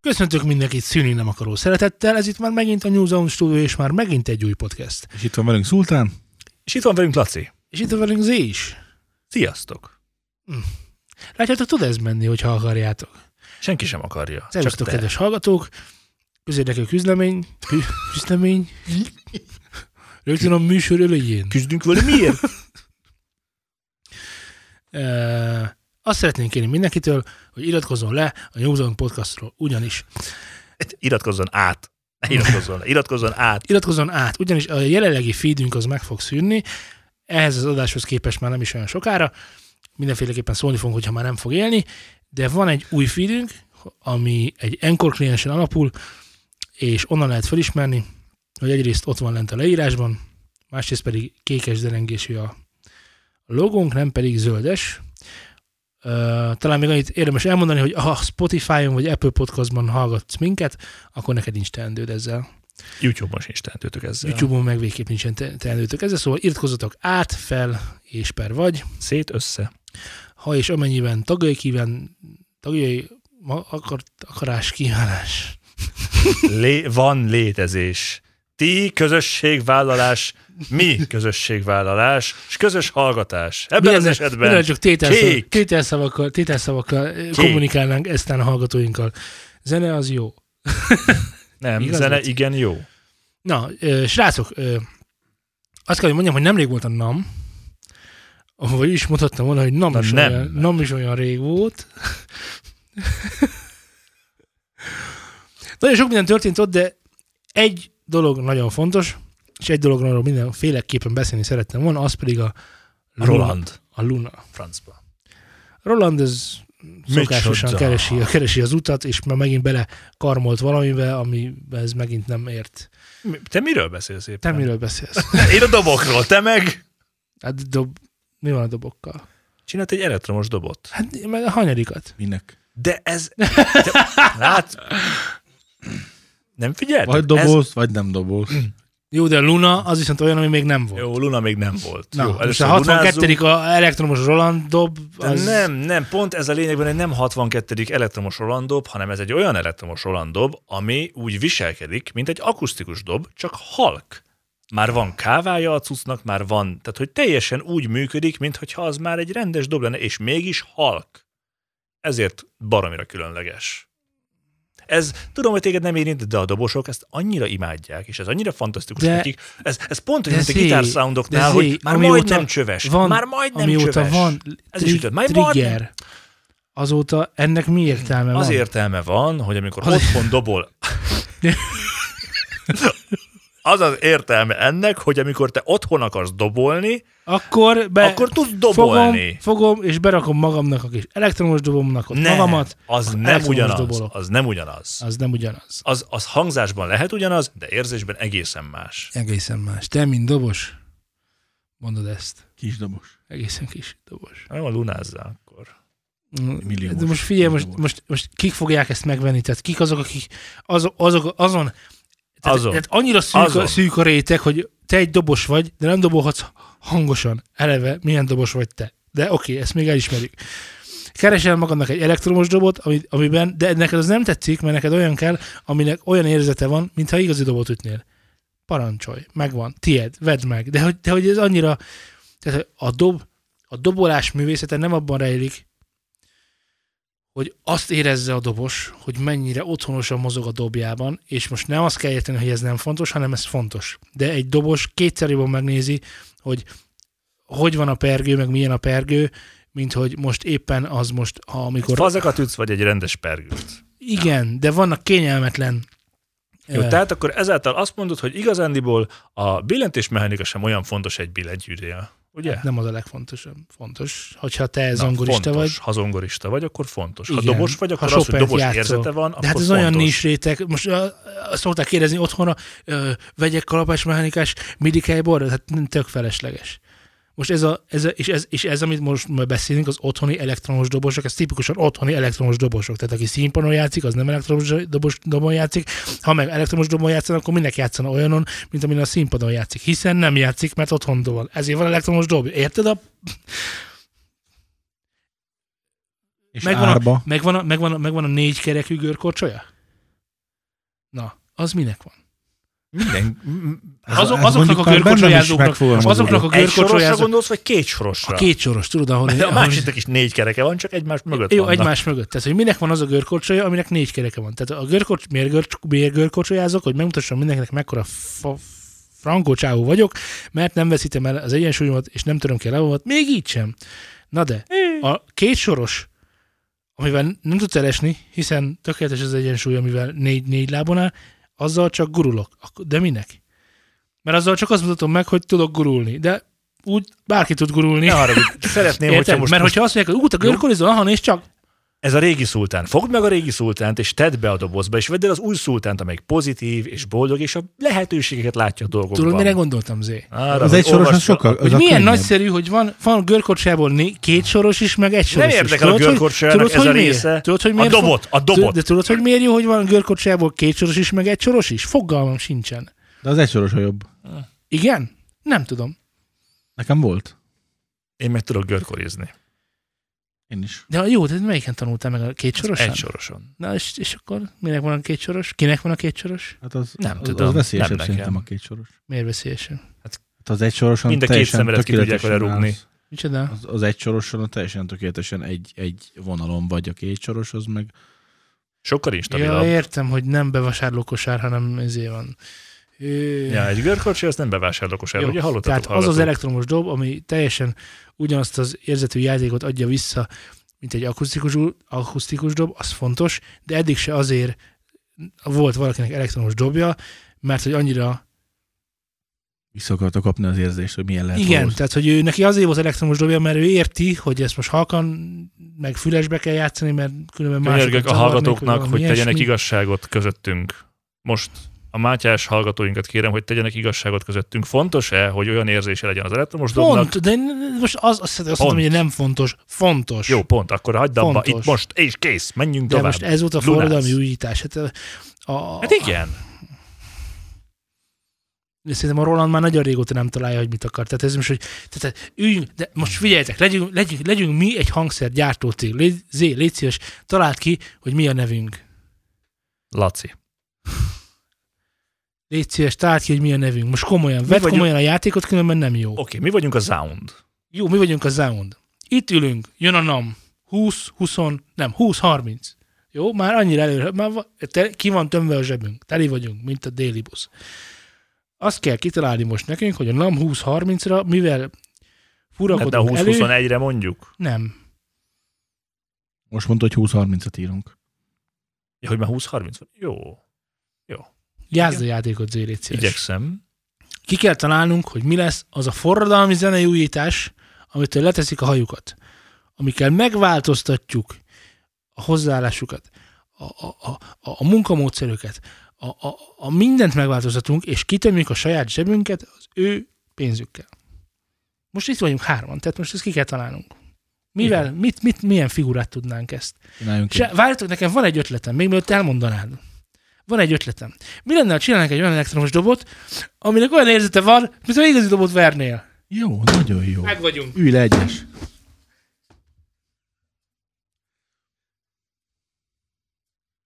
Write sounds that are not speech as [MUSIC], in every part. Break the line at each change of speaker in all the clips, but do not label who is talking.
Köszöntök mindenkit szűni nem akaró szeretettel, ez itt már megint a New Zone Studio, és már megint egy új podcast.
És itt van velünk Szultán.
És itt van velünk Laci.
És itt van velünk Zé is.
Sziasztok!
Látjátok, tud ez menni, hogyha akarjátok.
Senki sem akarja. Csak
Szervusztok,
te.
kedves hallgatók! Közérdekű küzdemény, kü- küzdemény, rögtön a műsor elején.
Küzdünk vele miért?
Uh, azt szeretnénk kérni mindenkitől, hogy iratkozzon le a New Zone podcastról, ugyanis
Iratkozzon át. Ne iratkozzon le. Iratkozzon át.
iratkozzon át, ugyanis a jelenlegi feedünk az meg fog szűnni, ehhez az adáshoz képest már nem is olyan sokára, mindenféleképpen szólni fogunk, hogyha már nem fog élni, de van egy új feedünk, ami egy Encore kliensen alapul, és onnan lehet felismerni, hogy egyrészt ott van lent a leírásban, másrészt pedig kékes derengésű a logónk, nem pedig zöldes. Ö, Talán még annyit érdemes elmondani, hogy ha Spotify-on vagy Apple Podcastban hallgatsz minket, akkor neked nincs teendőd ezzel.
YouTube-on sincs tehetőtök ezzel. YouTube.
YouTube-on meg végképp nincsen te- teendőtök. Ezzel szóval iratkozzatok át, fel és per vagy,
Szét össze.
ha és amennyiben tagjai kíván, tagjai ma akar, akarás kívánás.
Lé- van létezés. Ti közösségvállalás, mi közösségvállalás, és közös hallgatás. Ebben az
Minden
esetben
csak tételszavakkal,
kék.
tételszavakkal, tételszavakkal ö, kommunikálnánk eztán a hallgatóinkkal. Zene az jó.
nem,
Igaz
zene
lett?
igen jó.
Na, ö, srácok, ö, azt kell, hogy mondjam, hogy nemrég volt a NAM, vagy is mondhattam volna, hogy NAM,
Na
is,
nem.
Olyan, NAM is olyan rég volt. nagyon sok minden történt ott, de egy dolog nagyon fontos, és egy dologról mindenféleképpen beszélni szerettem volna, az pedig a
Roland.
A Luna.
Francba.
Roland ez szokásosan
Micsoda.
keresi, keresi az utat, és már megint bele karmolt valamibe, ami ez megint nem ért.
Mi- Te miről beszélsz éppen?
Te miről beszélsz?
Én a dobokról, te meg?
Hát dob... Mi van a dobokkal?
Csinált egy elektromos dobot.
Hát meg a hanyadikat.
Minek?
De ez... De, lát, nem figyeltek?
Vagy
Ez,
doboz, vagy nem doboz.
Jó, de a Luna az viszont olyan, ami még nem volt. Jó.
jó, Luna még nem volt.
Na,
jó,
jó, most
először
a 62
lunázunk,
a elektromos Roland dob,
de
az...
Nem, nem, pont ez a lényegben, hogy nem 62. elektromos rolandob, hanem ez egy olyan elektromos rolandob, ami úgy viselkedik, mint egy akusztikus dob, csak halk. Már van kávája a cuccnak, már van. Tehát, hogy teljesen úgy működik, mintha az már egy rendes dob lenne, és mégis halk. Ezért baromira különleges. Ez, tudom, hogy téged nem érint, de a dobosok ezt annyira imádják, és ez annyira fantasztikus
De-
de, nekik. Ez, ez pont
de
olyan, mint
Zé,
a
de
gitársoundoknál,
Zé,
hogy már
amióta
majdnem csöves.
Van,
már majdnem
amióta
csöves.
van
Ez is ütött. Már
trigger. Azóta ennek mi értelme
Az
van?
értelme van, hogy amikor
Az-
otthon
[LAUGHS]
dobol, az az értelme ennek, hogy amikor te otthon akarsz dobolni,
Akkor, be...
akkor tudsz
fogom,
dobolni.
fogom, és berakom magamnak a kis elektromos dobomnak ott
nem,
magamat.
az nem
elektromos
ugyanaz.
dobolok.
Az nem ugyanaz.
Az nem ugyanaz.
Az, az hangzásban lehet ugyanaz, de érzésben egészen más.
Egészen más. Te, mint dobos, mondod ezt.
Kis doboz.
Egészen kis dobos.
Nem a lunázzá akkor.
De
Milliós.
most figyelj, most,
Milliós.
most, most kik fogják ezt megvenni? Tehát kik azok, akik az, azok, azon, tehát,
Azon.
tehát annyira szűk a,
Azon.
szűk a réteg, hogy te egy dobos vagy, de nem dobolhatsz hangosan. Eleve milyen dobos vagy te. De oké, ezt még elismerjük. Keresel magadnak egy elektromos dobot, ami, amiben, de neked az nem tetszik, mert neked olyan kell, aminek olyan érzete van, mintha igazi dobot ütnél. Parancsolj, megvan, tied, vedd meg. De hogy, de hogy ez annyira, tehát hogy a, dob, a dobolás művészete nem abban rejlik, hogy azt érezze a dobos, hogy mennyire otthonosan mozog a dobjában, és most nem azt kell érteni, hogy ez nem fontos, hanem ez fontos. De egy dobos kétszer jobban megnézi, hogy hogy van a pergő, meg milyen a pergő, mint hogy most éppen az most, ha amikor...
Fazekat ütsz, vagy egy rendes pergőt.
Igen, de vannak kényelmetlen...
Jó,
eh,
tehát akkor ezáltal azt mondod, hogy igazándiból a billentés-mechanika sem olyan fontos egy billentyűnél. Ugye?
nem az a legfontosabb. Fontos, hogyha te
Na,
zongorista
fontos.
vagy,
Ha zongorista vagy, akkor fontos.
Igen.
Ha dobos vagy,
Ha
akkor az, hogy
Chopin-t
dobos
játszol.
érzete van,
De
akkor
hát ez
fontos.
olyan nincs réteg. Most ö, ö, szokták kérdezni otthonra, ö, vegyek kalapácsmechanikás midi keyboardot? Hát nem tök felesleges. Most ez a, ez a, és, ez, és ez, amit most ma beszélünk, az otthoni elektromos dobosok, ez tipikusan otthoni elektromos dobosok. Tehát aki színpadon játszik, az nem elektromos dobos, dobon játszik. Ha meg elektromos dobon játszanak, akkor mindenki játszana olyanon, mint amin a színpadon játszik. Hiszen nem játszik, mert otthon dobol. Ezért van elektromos dob. Érted a
És
Megvan a-
árba.
Megvan a, megvan a, megvan a négy kerekű görkorcsolya? Na, az minek van?
Minden.
Az- azoknak a görkocsolyázóknak- azoknak a-
Egy sorosra
görkorcsolyázó-
gondolsz, vagy két sorosra?
A két soros, tudod, ahol...
De a
ahol-
másiknak is négy kereke van, csak egymás mögött
Jó,
vannak.
egymás mögött. Tehát, hogy minek van az a görkorcsolya, aminek négy kereke van. Tehát a görkorcs, miért, görcs, miért görkorcsolyázok, hogy megmutassam mindenkinek mekkora fa, frankó csávó vagyok, mert nem veszítem el az egyensúlyomat, és nem töröm ki a lábamat, még így sem. Na de, a két soros, amivel nem tudsz elesni, hiszen tökéletes az egyensúly, amivel négy, négy lábon áll, azzal csak gurulok. Ak- De minek? Mert azzal csak azt mutatom meg, hogy tudok gurulni. De úgy bárki tud gurulni.
Ne
[LAUGHS]
haragudj, szeretném, hogyha
Érted?
most,
Mert
most
hogyha azt mondják, hogy út a görkorizó, aha, és csak
ez a régi szultán. Fogd meg a régi szultánt, és tedd be a dobozba, és vedd el az új szultánt, amelyik pozitív és boldog, és a lehetőségeket látja a dolgokban.
Tudod, mire gondoltam, Zé?
Arra,
Az
hogy
egy soros az
olvassa-
sokkal. Az
Hogy
a
milyen
könnyebb.
nagyszerű, hogy van, van görkorcsából né- két soros is, meg egy soros
Nem
is.
érdekel a
Tudod, hogy-
görkorcsának
tudod,
ez
hogy
a
miért?
része.
Tudod, hogy
A
miért fog-
dobot, a
Tudod- De
dobot.
tudod, hogy miért jó, hogy van görkorcsából két soros is, meg egy soros is? Fogalmam sincsen.
De az egy soros a jobb.
Igen? Nem tudom.
Nekem volt.
Én meg tudok görkorizni.
Én is.
De jó, de melyiken tanultál meg a két sorosan?
Egy soroson.
Na, és, és akkor minek van a két soros? Kinek van a két soros?
Hát az,
Nem
az,
tudom,
Az veszélyesebb
nem nekem.
szerintem a két soros.
Miért veszélyesen?
Hát az egy soroson
Mind a két
teljesen
szemedet ki tudják
tökéletesen
vele rúgni.
állsz.
Micsoda?
Az, az egy soroson a teljesen tökéletesen egy, egy vonalon vagy a két soros, az meg
Sokkal
Ja,
instabilabb. Ja,
értem, hogy nem bevásárlókosár, hanem ezé van. Ö,
ja, egy görkorcsi, azt nem bevásárlókos el,
Jó,
ugye hallottátok
Tehát az az
hallgatók.
elektromos dob, ami teljesen ugyanazt az érzetű játékot adja vissza, mint egy akusztikus, akusztikus dob, az fontos, de eddig se azért volt valakinek elektromos dobja, mert hogy annyira
vissza akarta kapni az érzést, hogy milyen lehet
igen,
valós.
tehát hogy ő, neki azért volt elektromos dobja, mert ő érti, hogy ezt most halkan, meg fülesbe kell játszani, mert különben másokat
Könyörgök a
zavarnék,
hallgatóknak,
vagy
hogy
valami
tegyenek
ilyesmi.
igazságot közöttünk. Most a mátyás hallgatóinkat kérem, hogy tegyenek igazságot közöttünk. Fontos-e, hogy olyan érzése legyen az elektromos dobnak?
Pont, de én most az, azt, azt mondom, hogy nem fontos, fontos.
Jó, pont, akkor hagyd abba,
Fontos.
itt most, és kész, menjünk
de
tovább.
most e- ez volt a
Lunász.
forradalmi újítás. Hát, a, a,
Hát igen,
De szerintem a Roland már nagyon régóta nem találja, hogy mit akar. Tehát ez most, hogy tehát üljünk, de most figyeljetek, legyünk, legyünk, legyünk mi egy hangszergyártó cég. Lé- Zé, légy szíves, találd ki, hogy mi a nevünk.
Laci.
Légy szíves, találd ki, hogy mi a nevünk. Most komolyan, vedd
vagyunk-
komolyan a játékot, különben nem jó.
Oké, mi vagyunk a Sound.
Jó, mi vagyunk a Sound. Itt ülünk, jön a NAM. 20, 20, nem, 20, 30. Jó, már annyira előre, már va- te, ki van tömve a zsebünk. Teli vagyunk, mint a déli busz. Azt kell kitalálni most nekünk, hogy a NAM 20-30-ra, mivel
Hát de a
furakodunk elő,
20-21-re mondjuk.
nem.
Most mondta, hogy 20-30-at írunk.
Ja, hogy már 20-30 van. Jó,
Jázd a játékot, Zé, légy szíves.
igyekszem.
Ki kell találnunk, hogy mi lesz az a forradalmi zenei újítás, amitől leteszik a hajukat, amikkel megváltoztatjuk a hozzáállásukat, a, a, a, a a munkamódszerüket, a, a, a mindent megváltoztatunk, és kitömjük a saját zsebünket az ő pénzükkel. Most itt vagyunk hárman, tehát most ezt ki kell találnunk. Mivel, mit, mit, milyen figurát tudnánk ezt?
Csináljunk
Se,
Se...
várjatok, nekem van egy ötletem, még mielőtt elmondanád. Van egy ötletem. Mi lenne, ha csinálnánk egy olyan elektromos dobot, aminek olyan érzete van, mint egy igazi dobot vernél?
Jó, nagyon jó.
Meg vagyunk.
Ülj le egyes.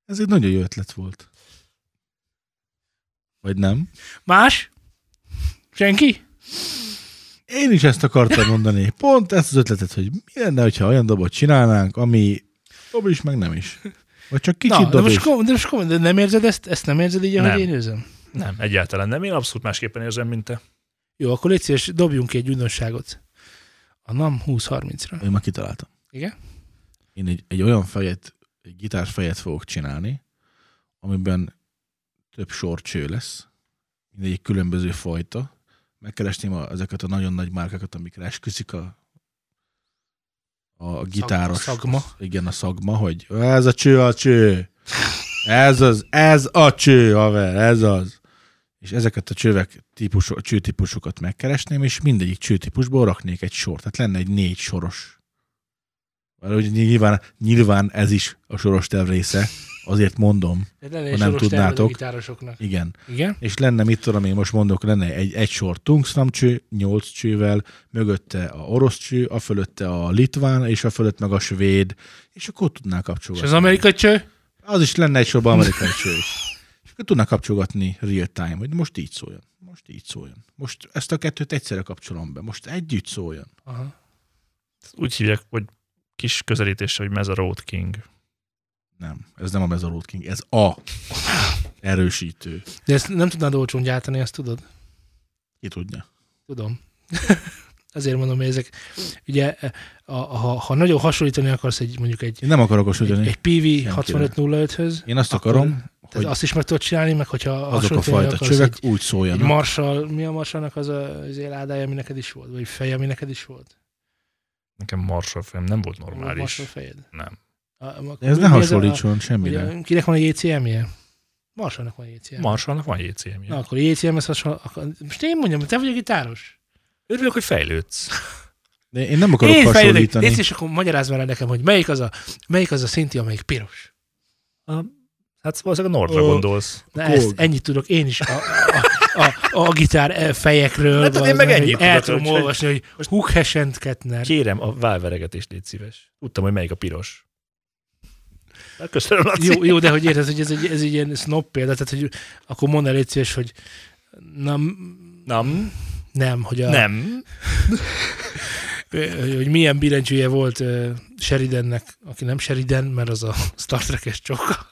Ez egy nagyon jó ötlet volt. Vagy nem?
Más? Senki?
Én is ezt akartam mondani. Pont ezt az ötletet, hogy mi lenne, ha olyan dobot csinálnánk, ami dob is, meg nem is. Vagy csak kicsit
Na, de
dob is.
most, kom- de most kom- de nem érzed ezt? Ezt nem érzed így, ahogy
Nem.
én érzem?
Nem, egyáltalán nem. Én abszolút másképpen érzem, mint te.
Jó, akkor légy szíves, dobjunk ki egy újdonságot. A NAM 20-30-ra.
Én már kitaláltam.
Igen?
Én egy, egy olyan fejet, egy gitárfejet fogok csinálni, amiben több sorcső lesz, mindegyik különböző fajta. Megkeresném a, ezeket a nagyon nagy márkákat, amikre esküszik a, a gitáros.
szagma.
Igen, a szagma, hogy ez a cső, a cső. Ez az, ez a cső, haver, ez az. És ezeket a csövek típusok, csőtípusokat megkeresném, és mindegyik csőtípusból raknék egy sort. Tehát lenne egy négy soros. Valahogy nyilván, nyilván ez is a soros terv része, azért mondom,
De
Ha nem tudnátok.
Gitárosoknak.
igen.
Igen?
És lenne, mit tudom én most mondok, lenne egy, egy sor tungsztramcső, nyolc csővel, mögötte a orosz cső, a fölötte a litván, és a fölött meg a svéd, és akkor tudnál
És
kapcsolgatni.
az amerikai cső?
Az is lenne egy sorban amerikai cső is. És akkor akkor tudnak kapcsolgatni real time, hogy most így szóljon, most így szóljon. Most ezt a kettőt egyszerre kapcsolom be, most együtt szóljon.
Aha.
Úgy hívják, hogy kis közelítése, hogy Meza Road King.
Nem, ez nem a Mesolot King, ez a erősítő.
De ezt nem tudnád olcsón gyártani, ezt tudod?
Ki tudja?
Tudom. [LAUGHS] Azért mondom, hogy ezek, ugye, a, a, ha, ha nagyon hasonlítani akarsz egy, mondjuk egy,
Én nem akarok
egy,
osodni.
egy PV6505-höz,
Én azt akarom,
tehát
hogy
azt is meg tudod csinálni, meg hogyha
azok a
hasonlítani
fajta
akarsz
csövek
egy,
úgy
egy
szóljanak.
marsal, mi a marsalnak az a, az éládája, ami neked is volt? Vagy feje, ami neked is volt?
Nekem Marshall fejem nem volt
Volt
normális.
Marshall fejed?
Nem.
A, a,
De ez
mi
ne
az a-
hasonlítson semmire.
Ugye, kinek van egy ECM-je? Marsalnak van ECM.
Marshallnak van jcm
Na, akkor ECM-hez hasonló. akkor- Most én mondjam, te vagy a gitáros.
Örülök, hogy fejlődsz.
De én nem akarok
fejlődök.
hasonlítani.
Nézd, és akkor magyarázd már el nekem, hogy melyik az a, melyik az a szinti, amelyik piros.
Hát valószínűleg a Nordra
Ó.
gondolsz.
Na
Kóg.
ezt, ennyit tudok én is a, a, a, a, a gitár eh, fejekről.
Hát, hát én
bazd
meg ennyit
hogy El
tudok,
tudom
úgyhogy-
olvasni, hogy Hukhesent Ketner.
Kérem a válveregetést, légy szíves. Tudtam, hogy melyik a piros. Hát Köszönöm, Laci.
Jó, jó, de hogy érted, hogy ez egy, ez egy ilyen snob példa, tehát hogy akkor mondd el, légy szíves, hogy nem,
Nem.
nem, hogy, a,
Nem.
ö, hogy milyen billentyűje volt ö, Sheridannek, aki nem Sheridan, mert az a Star Trek-es csóka.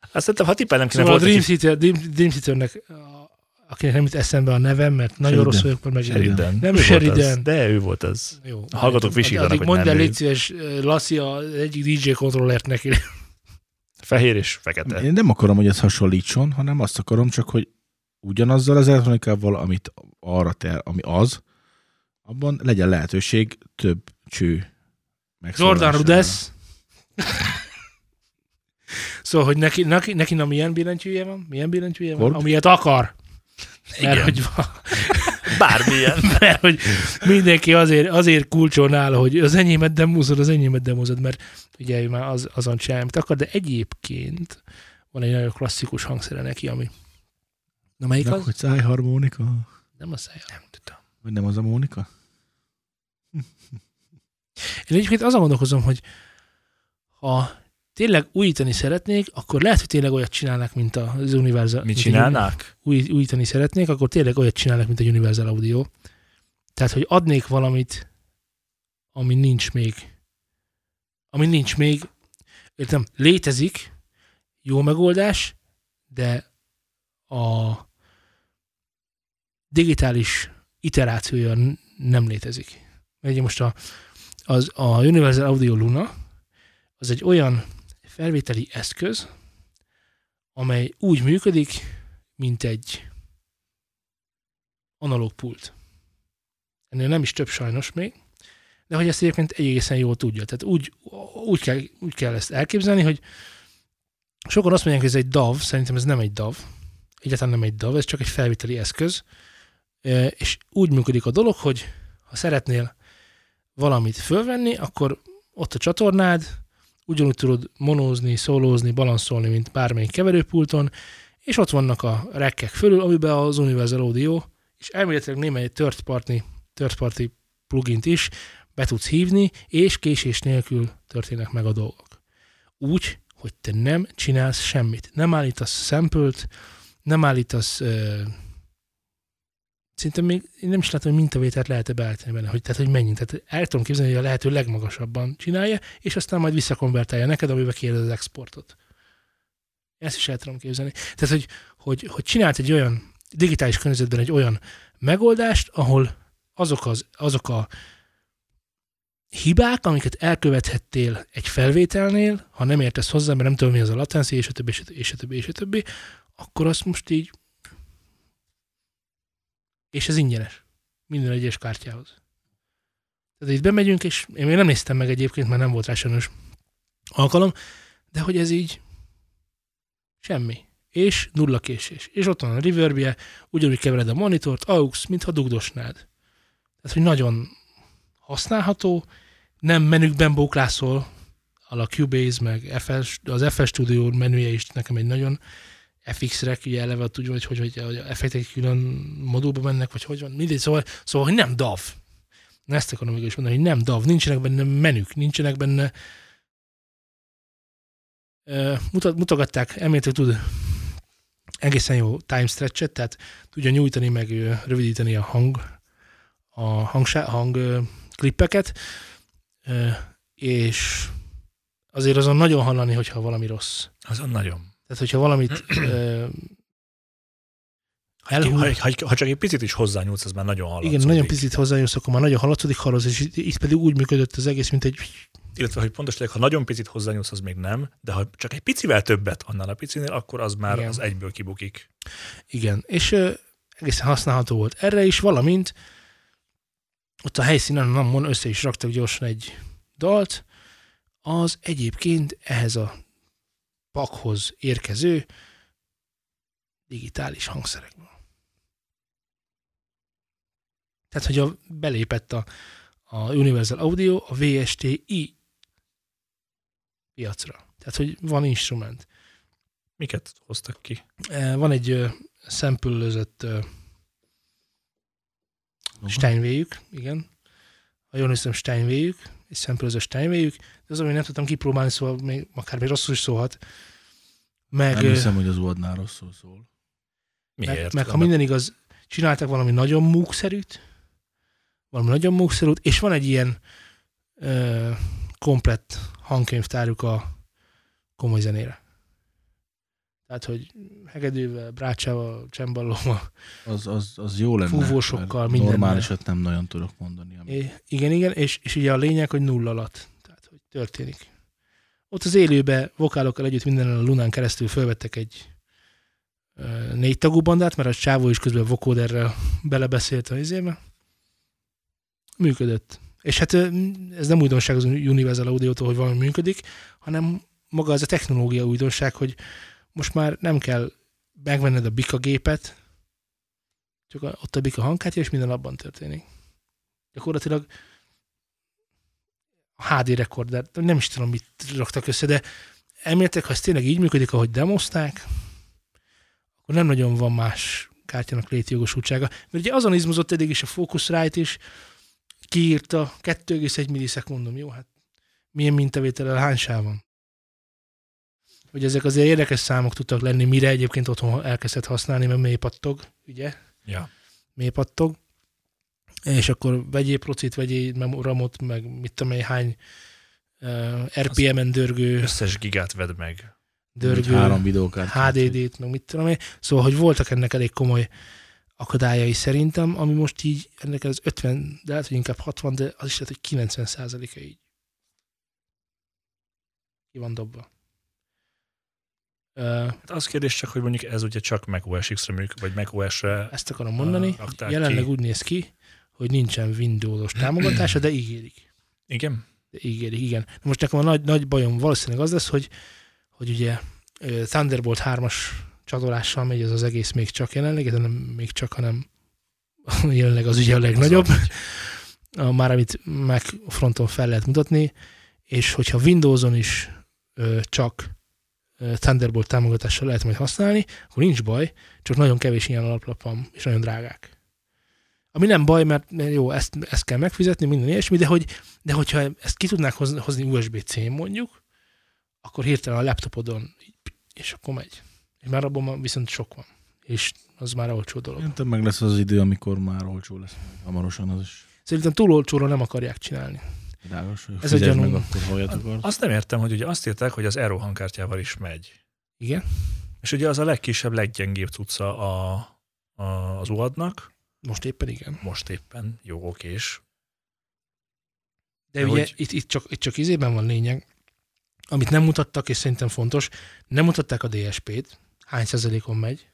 Azt Hát szerintem, ha tippelnem kéne,
Szóval a
volt
Dream
egy
Theater, Dream, Dream Theaternek, a- akinek nem jut eszembe a nevem, mert nagyon
Sheridan.
rossz vagyok, mert meg
Sheridan.
Nem
Ő volt
Sheridan.
az. De ő volt az.
Jó.
A hallgatók visítanak,
Addig
hogy
mondd
nem
el,
ő.
légy szíves, Laci az egyik DJ kontrollert neki.
Fehér és fekete.
Én nem akarom, hogy ez hasonlítson, hanem azt akarom csak, hogy ugyanazzal az elektronikával, amit arra ter, ami az, abban legyen lehetőség több cső
Jordan [LAUGHS]
megszólására.
Rudess. [LAUGHS] Szóval, hogy neki, neki, neki na milyen billentyűje van? Milyen billentyűje van?
Korg?
Amilyet akar. Mert
Igen.
hogy, van,
Bármilyen.
[LAUGHS] mert hogy mindenki azért, azért kulcsol nála, hogy az enyémet demozod, az enyémet demozod, mert ugye ő már az, azon csinálja, amit akar, de egyébként van egy nagyon klasszikus hangszere neki, ami Na melyik
Meg,
az?
hogy szájharmonika,
Nem a szája. Nem tudom.
vagy nem az a Mónika?
Én egyébként azon gondolkozom, hogy ha tényleg újítani szeretnék, akkor lehet, hogy tényleg olyat csinálnak, mint az Universal.
Mit
mint egy
csinálnák?
Új, újítani szeretnék, akkor tényleg olyat csinálnak, mint egy Universal Audio. Tehát, hogy adnék valamit, ami nincs még. Ami nincs még. Értem, létezik, jó megoldás, de a digitális iterációja n- nem létezik. Ugye most a, az, a Universal Audio Luna az egy olyan felvételi eszköz, amely úgy működik, mint egy analóg pult. Ennél nem is több sajnos még, de hogy ezt egyébként egészen jól tudja. Tehát úgy, úgy, kell, úgy kell ezt elképzelni, hogy sokan azt mondják, hogy ez egy DAV, szerintem ez nem egy DAV, egyáltalán nem egy DAV, ez csak egy felvételi eszköz, Ö, és úgy működik a dolog, hogy ha szeretnél valamit fölvenni, akkor ott a csatornád, ugyanúgy tudod monózni, szólózni, balanszolni, mint bármelyik keverőpulton, és ott vannak a rekkek fölül, amiben az Universal Audio, és elméletileg némely third party, third party plugint is be tudsz hívni, és késés nélkül történnek meg a dolgok. Úgy, hogy te nem csinálsz semmit. Nem állítasz szempölt, nem állítasz ö, szinte még én nem is látom, hogy mintavételt lehet-e beállítani benne, hogy, tehát, hogy mennyi. Tehát el tudom képzelni, hogy a lehető legmagasabban csinálja, és aztán majd visszakonvertálja neked, amiben kéred az exportot. Ezt is el tudom képzelni. Tehát, hogy, hogy, hogy csinált egy olyan digitális környezetben egy olyan megoldást, ahol azok, az, azok a hibák, amiket elkövethettél egy felvételnél, ha nem értesz hozzá, mert nem tudom, mi az a latency, és a többi, és a többi, és a többi, és a többi akkor azt most így és ez ingyenes. Minden egyes kártyához. Tehát itt bemegyünk, és én még nem néztem meg egyébként, mert nem volt rá sajnos alkalom, de hogy ez így semmi. És nulla késés. És ott van a reverbje, ugyanúgy kevered a monitort, aux, mintha dugdosnád. Tehát, hogy nagyon használható, nem menükben bóklászol, a Cubase, meg FS, az FS Studio menüje is nekem egy nagyon FX-rek, ugye eleve ott úgy van, hogy, hogy, hogy, hogy a effektek külön modulba mennek, vagy hogy van, mindegy, szóval, szóval hogy nem DAV. Na ezt akarom mégis mondani, hogy nem DAV, nincsenek benne menük, nincsenek benne Ö, mutat, mutogatták, említő tud egészen jó time stretchet, tehát tudja nyújtani, meg ö, rövidíteni a hang, a hangsá, hang ö, klippeket, Ö, és azért azon nagyon hallani, hogyha valami rossz.
Azon nagyon.
Tehát, hogyha valamit ö, elhúz,
Ha, ha, ha, csak egy picit is hozzányúlsz, az már nagyon hallatszódik.
igen, nagyon picit hozzájössz, akkor már nagyon haladszódik, haladsz, és itt- itt pedig úgy működött az egész, mint egy
Illetve, hogy pontos legyek, ha nagyon picit hozzányúlsz, az még nem, de ha csak egy picivel többet annál a picinél, akkor az már
Igen.
igen. az egyből kibukik.
Igen, és ö, egészen használható volt erre is, valamint ott a helyszínen, a Nammon össze is raktak gyorsan egy dalt, az egyébként ehhez a pakhoz érkező digitális hangszerekből. Tehát, hogy a, belépett a, a Universal Audio a VSTi piacra. Tehát, hogy van instrument.
Miket hoztak ki?
Eh, Van egy ö, szempüllőzött ö, Steinwayjük, igen. Ha jól hiszem, Steinwayjük, egy szempüllőzött Steinwayjük, de az, amit nem tudtam kipróbálni, szóval még, akár még rosszul is szólhat. Meg,
Nem
ö,
hiszem, hogy az oldnál rosszul szól.
meg,
Miért?
meg ha minden igaz, csináltak valami nagyon múkszerűt, valami nagyon múkszerűt, és van egy ilyen ö, komplett hangkönyvtáruk a komoly zenére. Tehát, hogy hegedővel, brácsával, csemballóval,
Az, az, az jó lenne.
Fúvósokkal,
mert
mindennel.
Normálisat nem nagyon tudok mondani. ami-
É, igen, igen, és, és ugye a lényeg, hogy nulla alatt. Tehát, hogy történik. Ott az élőbe vokálokkal együtt minden a Lunán keresztül fölvettek egy ö, négy tagú bandát, mert a csávó is közben vokóderrel belebeszélt a izébe. Működött. És hát ö, ez nem újdonság az Universal audio hogy valami működik, hanem maga az a technológia újdonság, hogy most már nem kell megvenned a bika gépet, csak a- ott a bika hangkártya, és minden abban történik gyakorlatilag a HD rekorder, nem is tudom, mit raktak össze, de elméletek, ha ez tényleg így működik, ahogy demozták, akkor nem nagyon van más kártyának létjogosultsága. Mert ugye azon izmozott eddig is a Focusrite is, kiírta 2,1 millisekundum, jó, hát milyen mintavétellel, hány sáv van? Hogy ezek azért érdekes számok tudtak lenni, mire egyébként otthon elkezdett használni, mert mély pattog, ugye?
Ja.
mélypattog, és akkor vegyél procit, vegyél mem- ramot, meg mit tudom én, hány uh, RPM-en dörgő,
Összes gigát vedd meg.
Úgy
dörgő
Három videókártyát.
HDD-t, meg mit tudom én. Szóval, hogy voltak ennek elég komoly akadályai szerintem, ami most így ennek az 50, de lehet, hogy inkább 60, de az is lehet, hogy 90 százaléka így. Ki van dobva. Ö,
Hát az kérdés csak, hogy mondjuk ez ugye csak Mac OS-re működik, vagy Mac OS-re.
ezt akarom mondani.
Ah, rakták
Jelenleg
ki.
úgy néz ki, hogy nincsen Windows-os támogatása, de ígérik.
Igen?
ígérik, igen. Na Most nekem a nagy, nagy bajom valószínűleg az lesz, hogy, hogy ugye ö, Thunderbolt 3-as csatolással megy ez az egész még csak jelenleg, ez nem még csak, hanem [LAUGHS] jelenleg az ugye a legnagyobb,
Az a-
a, már amit Mac fronton fel lehet mutatni, és hogyha Windowson is ö, csak ö, Thunderbolt támogatással lehet majd használni, akkor nincs baj, csak nagyon kevés ilyen alaplap van, és nagyon drágák. Ami nem baj, mert mert jó, ezt, ezt kell megfizetni, minden ilyesmi, de, hogy, de hogyha ezt ki tudnák hozni, hozni USB-C-n mondjuk, akkor hirtelen a laptopodon, így, és akkor megy. És már abban már viszont sok van. És az már olcsó dolog.
Szerintem meg lesz az idő, amikor már olcsó lesz. Hamarosan az is.
Szerintem túl olcsóra nem akarják csinálni.
Világos, hogy
Ez
Ez
a
fizes
gyanú.
meg akkor, ha olyat akarsz.
Azt nem értem, hogy ugye azt írták, hogy az Aero hangkártyával is megy.
Igen?
És ugye az a legkisebb, leggyengébb cucca a, a, az UAD-nak.
Most éppen igen.
Most éppen jó okés.
De
De
ugye
hogy-
itt, itt, csak, itt csak izében van lényeg, amit nem mutattak, és szerintem fontos, nem mutatták a DSP-t, hány százalékon megy,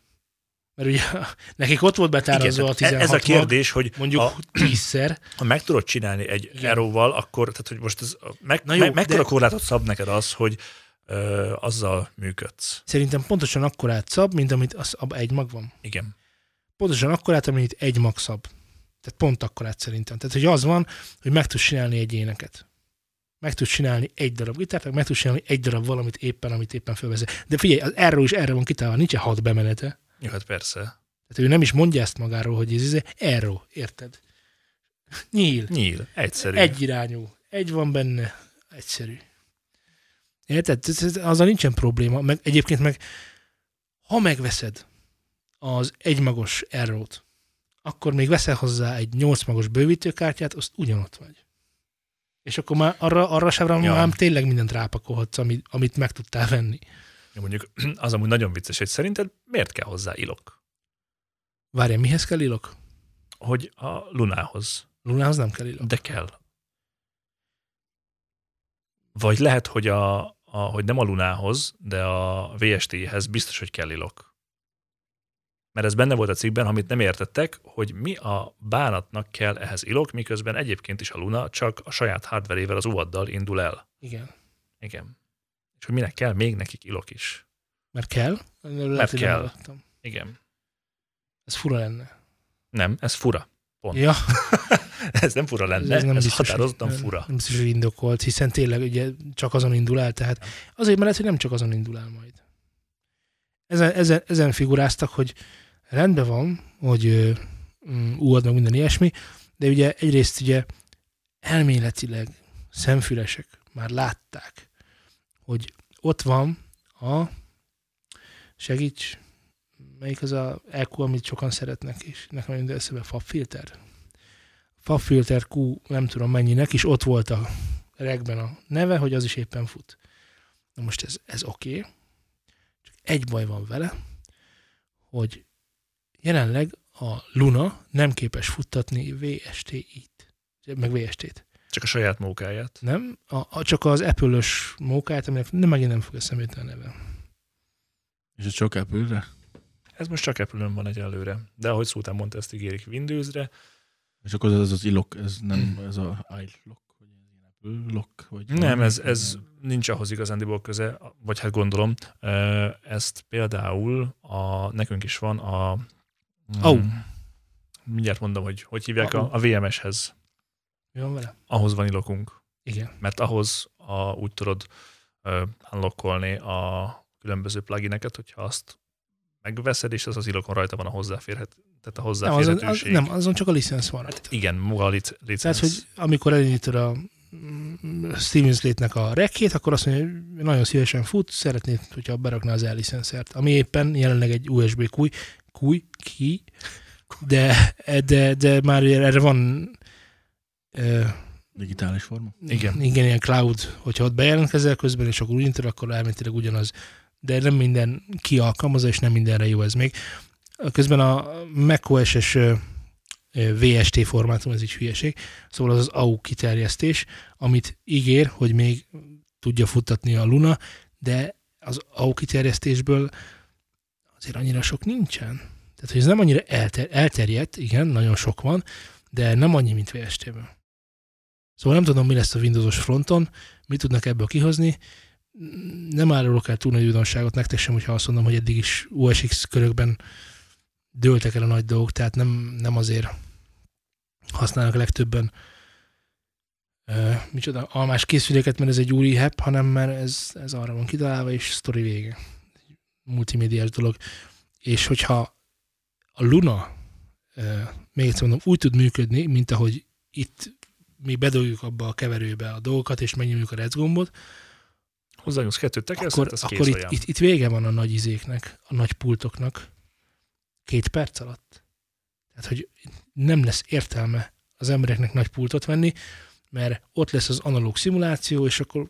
mert ugye [LAUGHS] nekik ott volt betárazva
Igen,
a
tehát e-
16
ez a kérdés, hogy
mondjuk
a-
a... tízszer,
ha meg tudod csinálni egy
Igen.
eróval, akkor, tehát hogy most ez, meg,
Na
Na
jó,
jó, me, mekkora
de-
korlátot szab neked az, hogy ö, azzal működsz?
szerintem pontosan akkorát szab, mint amit az ab egy mag van.
Igen.
Pontosan akkorát, amit itt egy mag szab. Tehát pont akkorát szerintem. Tehát, hogy az van, hogy meg tudsz csinálni egy éneket. Meg tudsz csinálni egy darab gitárt, meg meg tudsz csinálni egy darab valamit éppen, amit éppen fölvezet. De figyelj, az erről is erre van kitálva, nincsen hat bemenete.
Jó, hát persze.
Tehát ő nem is mondja ezt magáról, hogy ez izé, erró, érted? Nyíl,
Nyíl. Egyszerű.
egyirányú, egy van benne, egyszerű. Érted? Ez- ez- Azzal nincsen probléma. Meg egyébként meg, ha megveszed az egymagos errót, akkor még veszel hozzá egy 8 magos bővítőkártyát, azt ugyanott vagy. És akkor már arra, arra sem
Ja.
ja. tényleg mindent rápakolhatsz, amit, amit meg tudtál venni.
Ja, Mondjuk [CLEARS THROAT] az amúgy nagyon vicces, hogy szerinted miért kell hozzá ilok?
Várjál, mihez kell ilok?
Hogy a lunához.
Lunához nem kell ilok.
De kell. Vagy lehet, hogy, a, a, hogy nem a lunához, de a VST-hez biztos, hogy kell ilok. Mert ez benne volt a cikkben, amit nem értettek, hogy mi a bánatnak kell ehhez ilok, miközben egyébként is a Luna csak a saját hardverével az uvaddal indul el.
Igen.
Igen. És hogy minek kell még nekik ilok is.
Mert kell? Lehet, hogy nem
kell.
hallottam.
Igen.
Ez fura lenne.
Nem, ez fura. Pont.
Ja,
Ez nem fura lenne, ez, nem ez
biztos,
határozottan
hogy,
fura.
Nem biztos, hogy indokolt, hiszen tényleg ugye csak azon indul el, tehát azért mert lehet, hogy nem csak azon indul el majd. Ezen, ezen, ezen figuráztak, hogy rendben van, hogy ö, mm, úad meg minden ilyesmi, de ugye egyrészt ugye elméletileg szemfülesek már látták, hogy ott van a segíts, melyik az a EQ, amit sokan szeretnek, és nekem mindig eszembe fabfilter Fabfilter Q nem tudom mennyinek, és ott volt a regben a neve, hogy az is éppen fut. Na most ez, ez oké, okay. csak egy baj van vele, hogy jelenleg a Luna nem képes futtatni VST-t, meg VST-t.
Csak a saját mókáját.
Nem? A, a, csak az Apple-ös mókát, aminek nem, megint nem fog eszembe jutni a neve.
És a csak Apple-re?
Ez most csak apple van egyelőre. De ahogy Szultán mondta, ezt ígérik Windowsre.
És akkor ez az ilok, ez nem ez a iLock, vagy az ilyen Apple lock, vagy
Mhm.
Nem, ez, ez nincs ahhoz igazándiból köze, vagy hát gondolom. Ö, Ezt például a, nekünk is van a...
Au.
Mm, Mindjárt mondom, hogy hogy hívják
Au.
a, a VMS-hez.
Mi van vele?
Ahhoz van ilokunk.
Igen.
Mert ahhoz a, úgy tudod ö, unlockolni a különböző plugineket, hogyha azt megveszed, és az az ilokon rajta van a hozzáférhet, tehát a
Nem, azon,
hozzáférhetőség.
az, nem, azon csak a licensz van.
Hát igen, maga a lic-
Tehát,
licenc.
hogy amikor elindítod a mm, Steven Slate-nek a rekét, akkor azt mondja, hogy nagyon szívesen fut, szeretnéd, hogyha berakná az ellicenszert, ami éppen jelenleg egy USB kúj, kúj, ki, de, de, de már ugye erre van ö,
Digitális forma.
Igen.
igen, ilyen cloud, hogyha ott bejelentkezel közben, és akkor úgy intod, akkor elméletileg ugyanaz. De nem minden ki alkalmazza, és nem mindenre jó ez még. Közben a macOS-es ö, ö, VST formátum, ez így hülyeség, szóval az az AU kiterjesztés, amit ígér, hogy még tudja futtatni a Luna, de az AU kiterjesztésből azért annyira sok nincsen. Tehát, hogy ez nem annyira elter- elterjedt, igen, nagyon sok van, de nem annyi, mint VST-ben. Szóval nem tudom, mi lesz a Windowsos fronton, mit tudnak ebből kihozni. Nem árulok el túl nagy újdonságot nektek sem, hogyha azt mondom, hogy eddig is USX körökben dőltek el a nagy dolgok, tehát nem, nem azért használnak a legtöbben ö, micsoda, almás készüléket, mert ez egy új app, hanem mert ez, ez arra van kitalálva, és sztori vége. Multimédiás dolog. És hogyha a Luna, ö, még egyszer mondom, úgy tud működni, mint ahogy itt mi bedobjuk abba a keverőbe a dolgokat, és megnyomjuk a rec gombot,
Hozzányúlsz kettőt tekersz,
akkor,
hát az
akkor itt, itt, itt vége van a nagy izéknek, a nagy pultoknak két perc alatt. Tehát, hogy nem lesz értelme az embereknek nagy pultot venni, mert ott lesz az analóg szimuláció, és akkor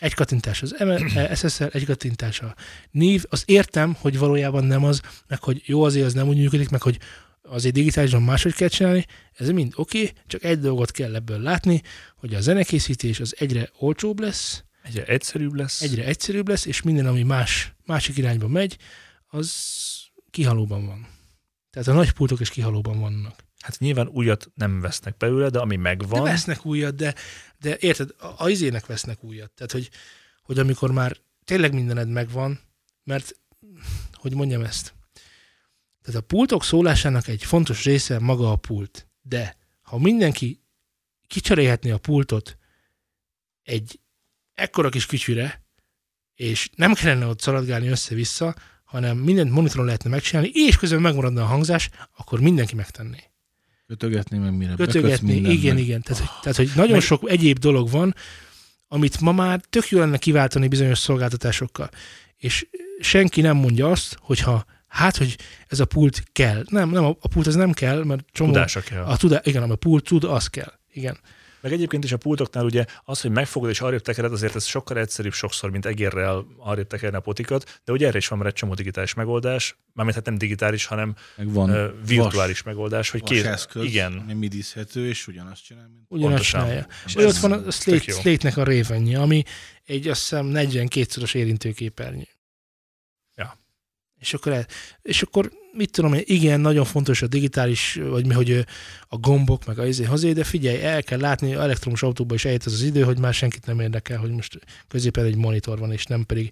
egy kattintás az M- E, SSL, egy kattintás a NIV. Az értem, hogy valójában nem az, meg hogy jó, azért az nem úgy működik, meg hogy azért digitálisan máshogy kell csinálni, ez mind oké, okay, csak egy dolgot kell ebből látni, hogy a zenekészítés az egyre olcsóbb lesz,
Egyre egyszerűbb lesz.
egyre egyszerűbb lesz, és minden, ami más, másik irányba megy, az kihalóban van. Tehát a nagy pultok is kihalóban vannak.
Hát nyilván újat nem vesznek belőle, de ami megvan,
Van. De vesznek újat, de, de érted, a, a izének vesznek újat. Tehát, hogy, hogy amikor már tényleg mindened megvan, mert, hogy mondjam ezt, tehát a pultok szólásának egy fontos része maga a pult. De ha mindenki kicserélhetné a pultot egy ekkora kis kütyűre, és nem kellene ott szaladgálni össze-vissza, hanem mindent monitoron lehetne megcsinálni, és közben megmaradna a hangzás, akkor mindenki megtenné
Kötögetni, meg mire bekötsz
kötögetni,
mindent,
igen,
meg-
igen. Tehát, hogy, tehát, hogy nagyon
Meg-
sok egyéb dolog van, amit ma már tök jó lenne kiváltani bizonyos szolgáltatásokkal. És senki nem mondja azt, hogyha hát, hogy ez a pult kell. Nem, nem, a a pult ez nem kell, mert csomó...
Tudása kell.
A tudá, igen, ami a pult tud, az kell. Igen.
Meg egyébként is a pultoknál ugye az, hogy megfogod és arrébb tekered, azért ez sokkal egyszerűbb sokszor, mint egérrel arrébb tekerni a potikat, de ugye erre is van már egy csomó digitális megoldás, mármint hát nem digitális, hanem
Meg van
ö, virtuális megoldás, hogy
vas, vas
két,
eszköz,
igen,
ami midizhető, és ugyanazt csinál, mint
Ugyanazt
Pontosan.
csinálja.
És
Vagy
ez
ott van a
tök
Slate,
jó.
Slate-nek a révenje, ami egy azt hiszem 42-szoros érintőképernyő.
Ja.
És akkor, el- és akkor mit tudom én, igen, nagyon fontos a digitális, vagy mi, hogy ö, a gombok, meg a izé hazé, de figyelj, el kell látni, a elektromos autóban is eljött az az idő, hogy már senkit nem érdekel, hogy most középen egy monitor van, és nem pedig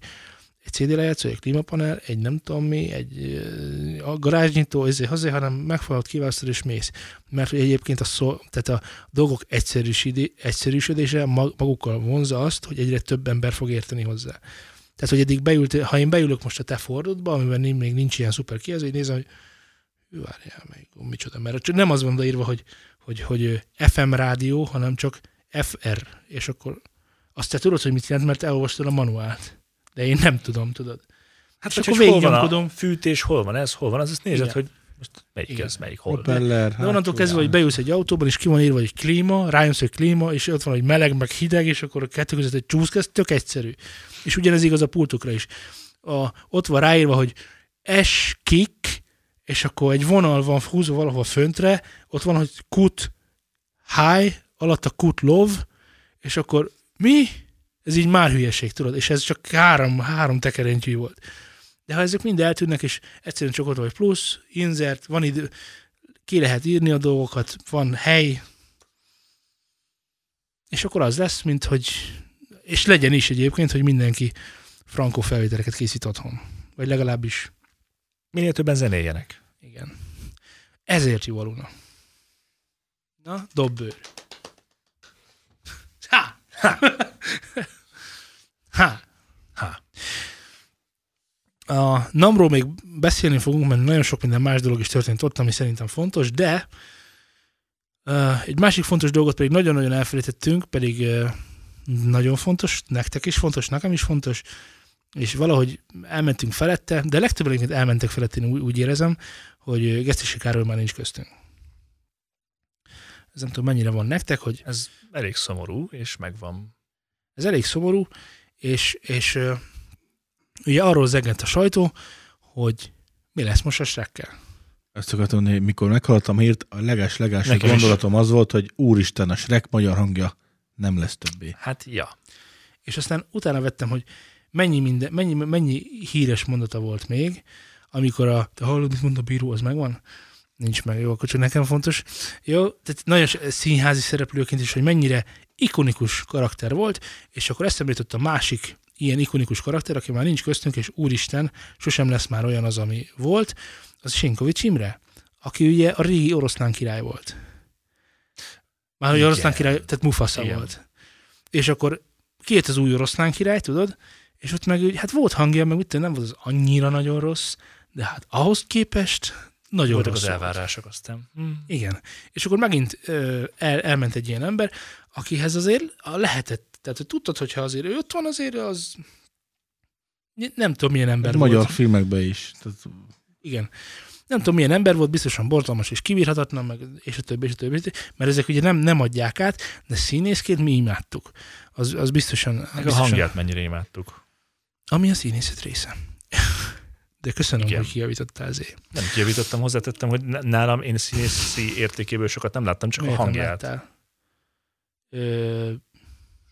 egy CD lejátszó, egy klímapanel, egy nem tudom mi, egy ö, a garázsnyitó, ezért hazai, hanem megfogod, kiválasztod és mész. Mert hogy egyébként a, szó, tehát a dolgok egyszerűsidi- egyszerűsödése mag- magukkal vonza azt, hogy egyre több ember fog érteni hozzá. Tehát, hogy eddig beült, ha én beülök most a te fordodba, amiben nin- még nincs ilyen szuper kijelző, hogy nézem, hogy hű, várjál meg, ó, micsoda, mert csak nem az van odaírva, hogy, hogy, hogy ö, FM rádió, hanem csak FR, és akkor azt te tudod, hogy mit jelent, mert elolvastad a manuált. De én nem tudom, tudod.
Hát
És
vagy,
akkor
hogy hol van
végignyomkodom.
a fűtés, hol van ez, hol van az, ezt nézed,
Igen.
hogy most melyik
Igen.
ez, melyik hol.
Propeller,
De onnantól
hátul
kezdve, hogy
áll.
beülsz egy autóban, és ki van írva, hogy klíma, rájössz, hogy klíma, és ott van, hogy meleg, meg hideg, és akkor a kettő között egy csúszk, ez tök egyszerű. És ugyanez igaz a pultokra is. A, ott van ráírva, hogy S kick, és akkor egy vonal van húzva valahol föntre, ott van, hogy kut high, alatt a kut love, és akkor mi? Ez így már hülyeség, tudod? És ez csak három, három tekerentyű volt. De ha ezek mind eltűnnek, és egyszerűen csak ott vagy plusz, insert, van idő, ki lehet írni a dolgokat, van hely, és akkor az lesz, mint hogy, és legyen is egyébként, hogy mindenki frankó felvételeket készít otthon. Vagy legalábbis,
Minél többen zenéljenek.
igen. Ezért jó a Luna. Na, dobbőr. Ha! Ha!
Ha.
A namról még beszélni fogunk, mert nagyon sok minden más dolog is történt ott, ami szerintem fontos, de uh, egy másik fontos dolgot pedig nagyon-nagyon elfelejtettünk, pedig uh, nagyon fontos, nektek is fontos, nekem is fontos, és valahogy elmentünk felette, de legtöbb egyébként elmentek felette, én úgy, úgy érezem, hogy ö, Gesztesi Károly már nincs köztünk. Ez nem tudom, mennyire van nektek, hogy
Ez elég szomorú, és megvan.
ez elég szomorú, és, és ö, ugye arról zegent a sajtó, hogy mi lesz most a Shrekkel.
Ezt akartam mondani, hogy mikor meghallottam a hírt, a leges leges
Nekem is.
gondolatom az volt, hogy úristen, a Shrek magyar hangja nem lesz többé.
Hát, ja.
És aztán utána vettem, hogy mennyi, minden, mennyi, mennyi híres mondata volt még, amikor a, te hallod, mit mond a bíró, az megvan? Nincs meg, jó, akkor csak nekem fontos. Jó, tehát nagyon s- színházi szereplőként is, hogy mennyire ikonikus karakter volt, és akkor eszembe jutott a másik ilyen ikonikus karakter, aki már nincs köztünk, és úristen, sosem lesz már olyan az, ami volt, az Sinkovics Imre, aki ugye a régi oroszlán király volt. Már hogy
Igen.
oroszlán király, tehát Mufasa
Igen.
volt. És akkor kijött az új oroszlán király, tudod, és ott meg úgy, hát volt hangja, meg mit tudom, nem volt az annyira nagyon rossz, de hát ahhoz képest nagyon
Voltak
rossz
az
volt.
elvárások aztán. Hm.
Igen. És akkor megint ö, el, elment egy ilyen ember, akihez azért a lehetett, tehát hogy tudtad, hogyha azért ő ott van, azért az nem tudom milyen ember
magyar
volt.
filmekben is. Tehát
Igen. Nem tudom, milyen ember volt, biztosan borzalmas és kivírhatatlan, meg és a többi, és a többi, és a többi, mert ezek ugye nem, nem adják át, de színészként mi imádtuk. Az, az biztosan...
Meg a
biztosan-
hangját mennyire imádtuk.
Ami a színészet része. De köszönöm,
Igen.
Igen. hogy kijavítottál ezért.
Nem kijavítottam, hozzátettem, hogy n- nálam én színészi értékéből sokat nem láttam, csak a
Miért nem
hangját.
láttál? Ö,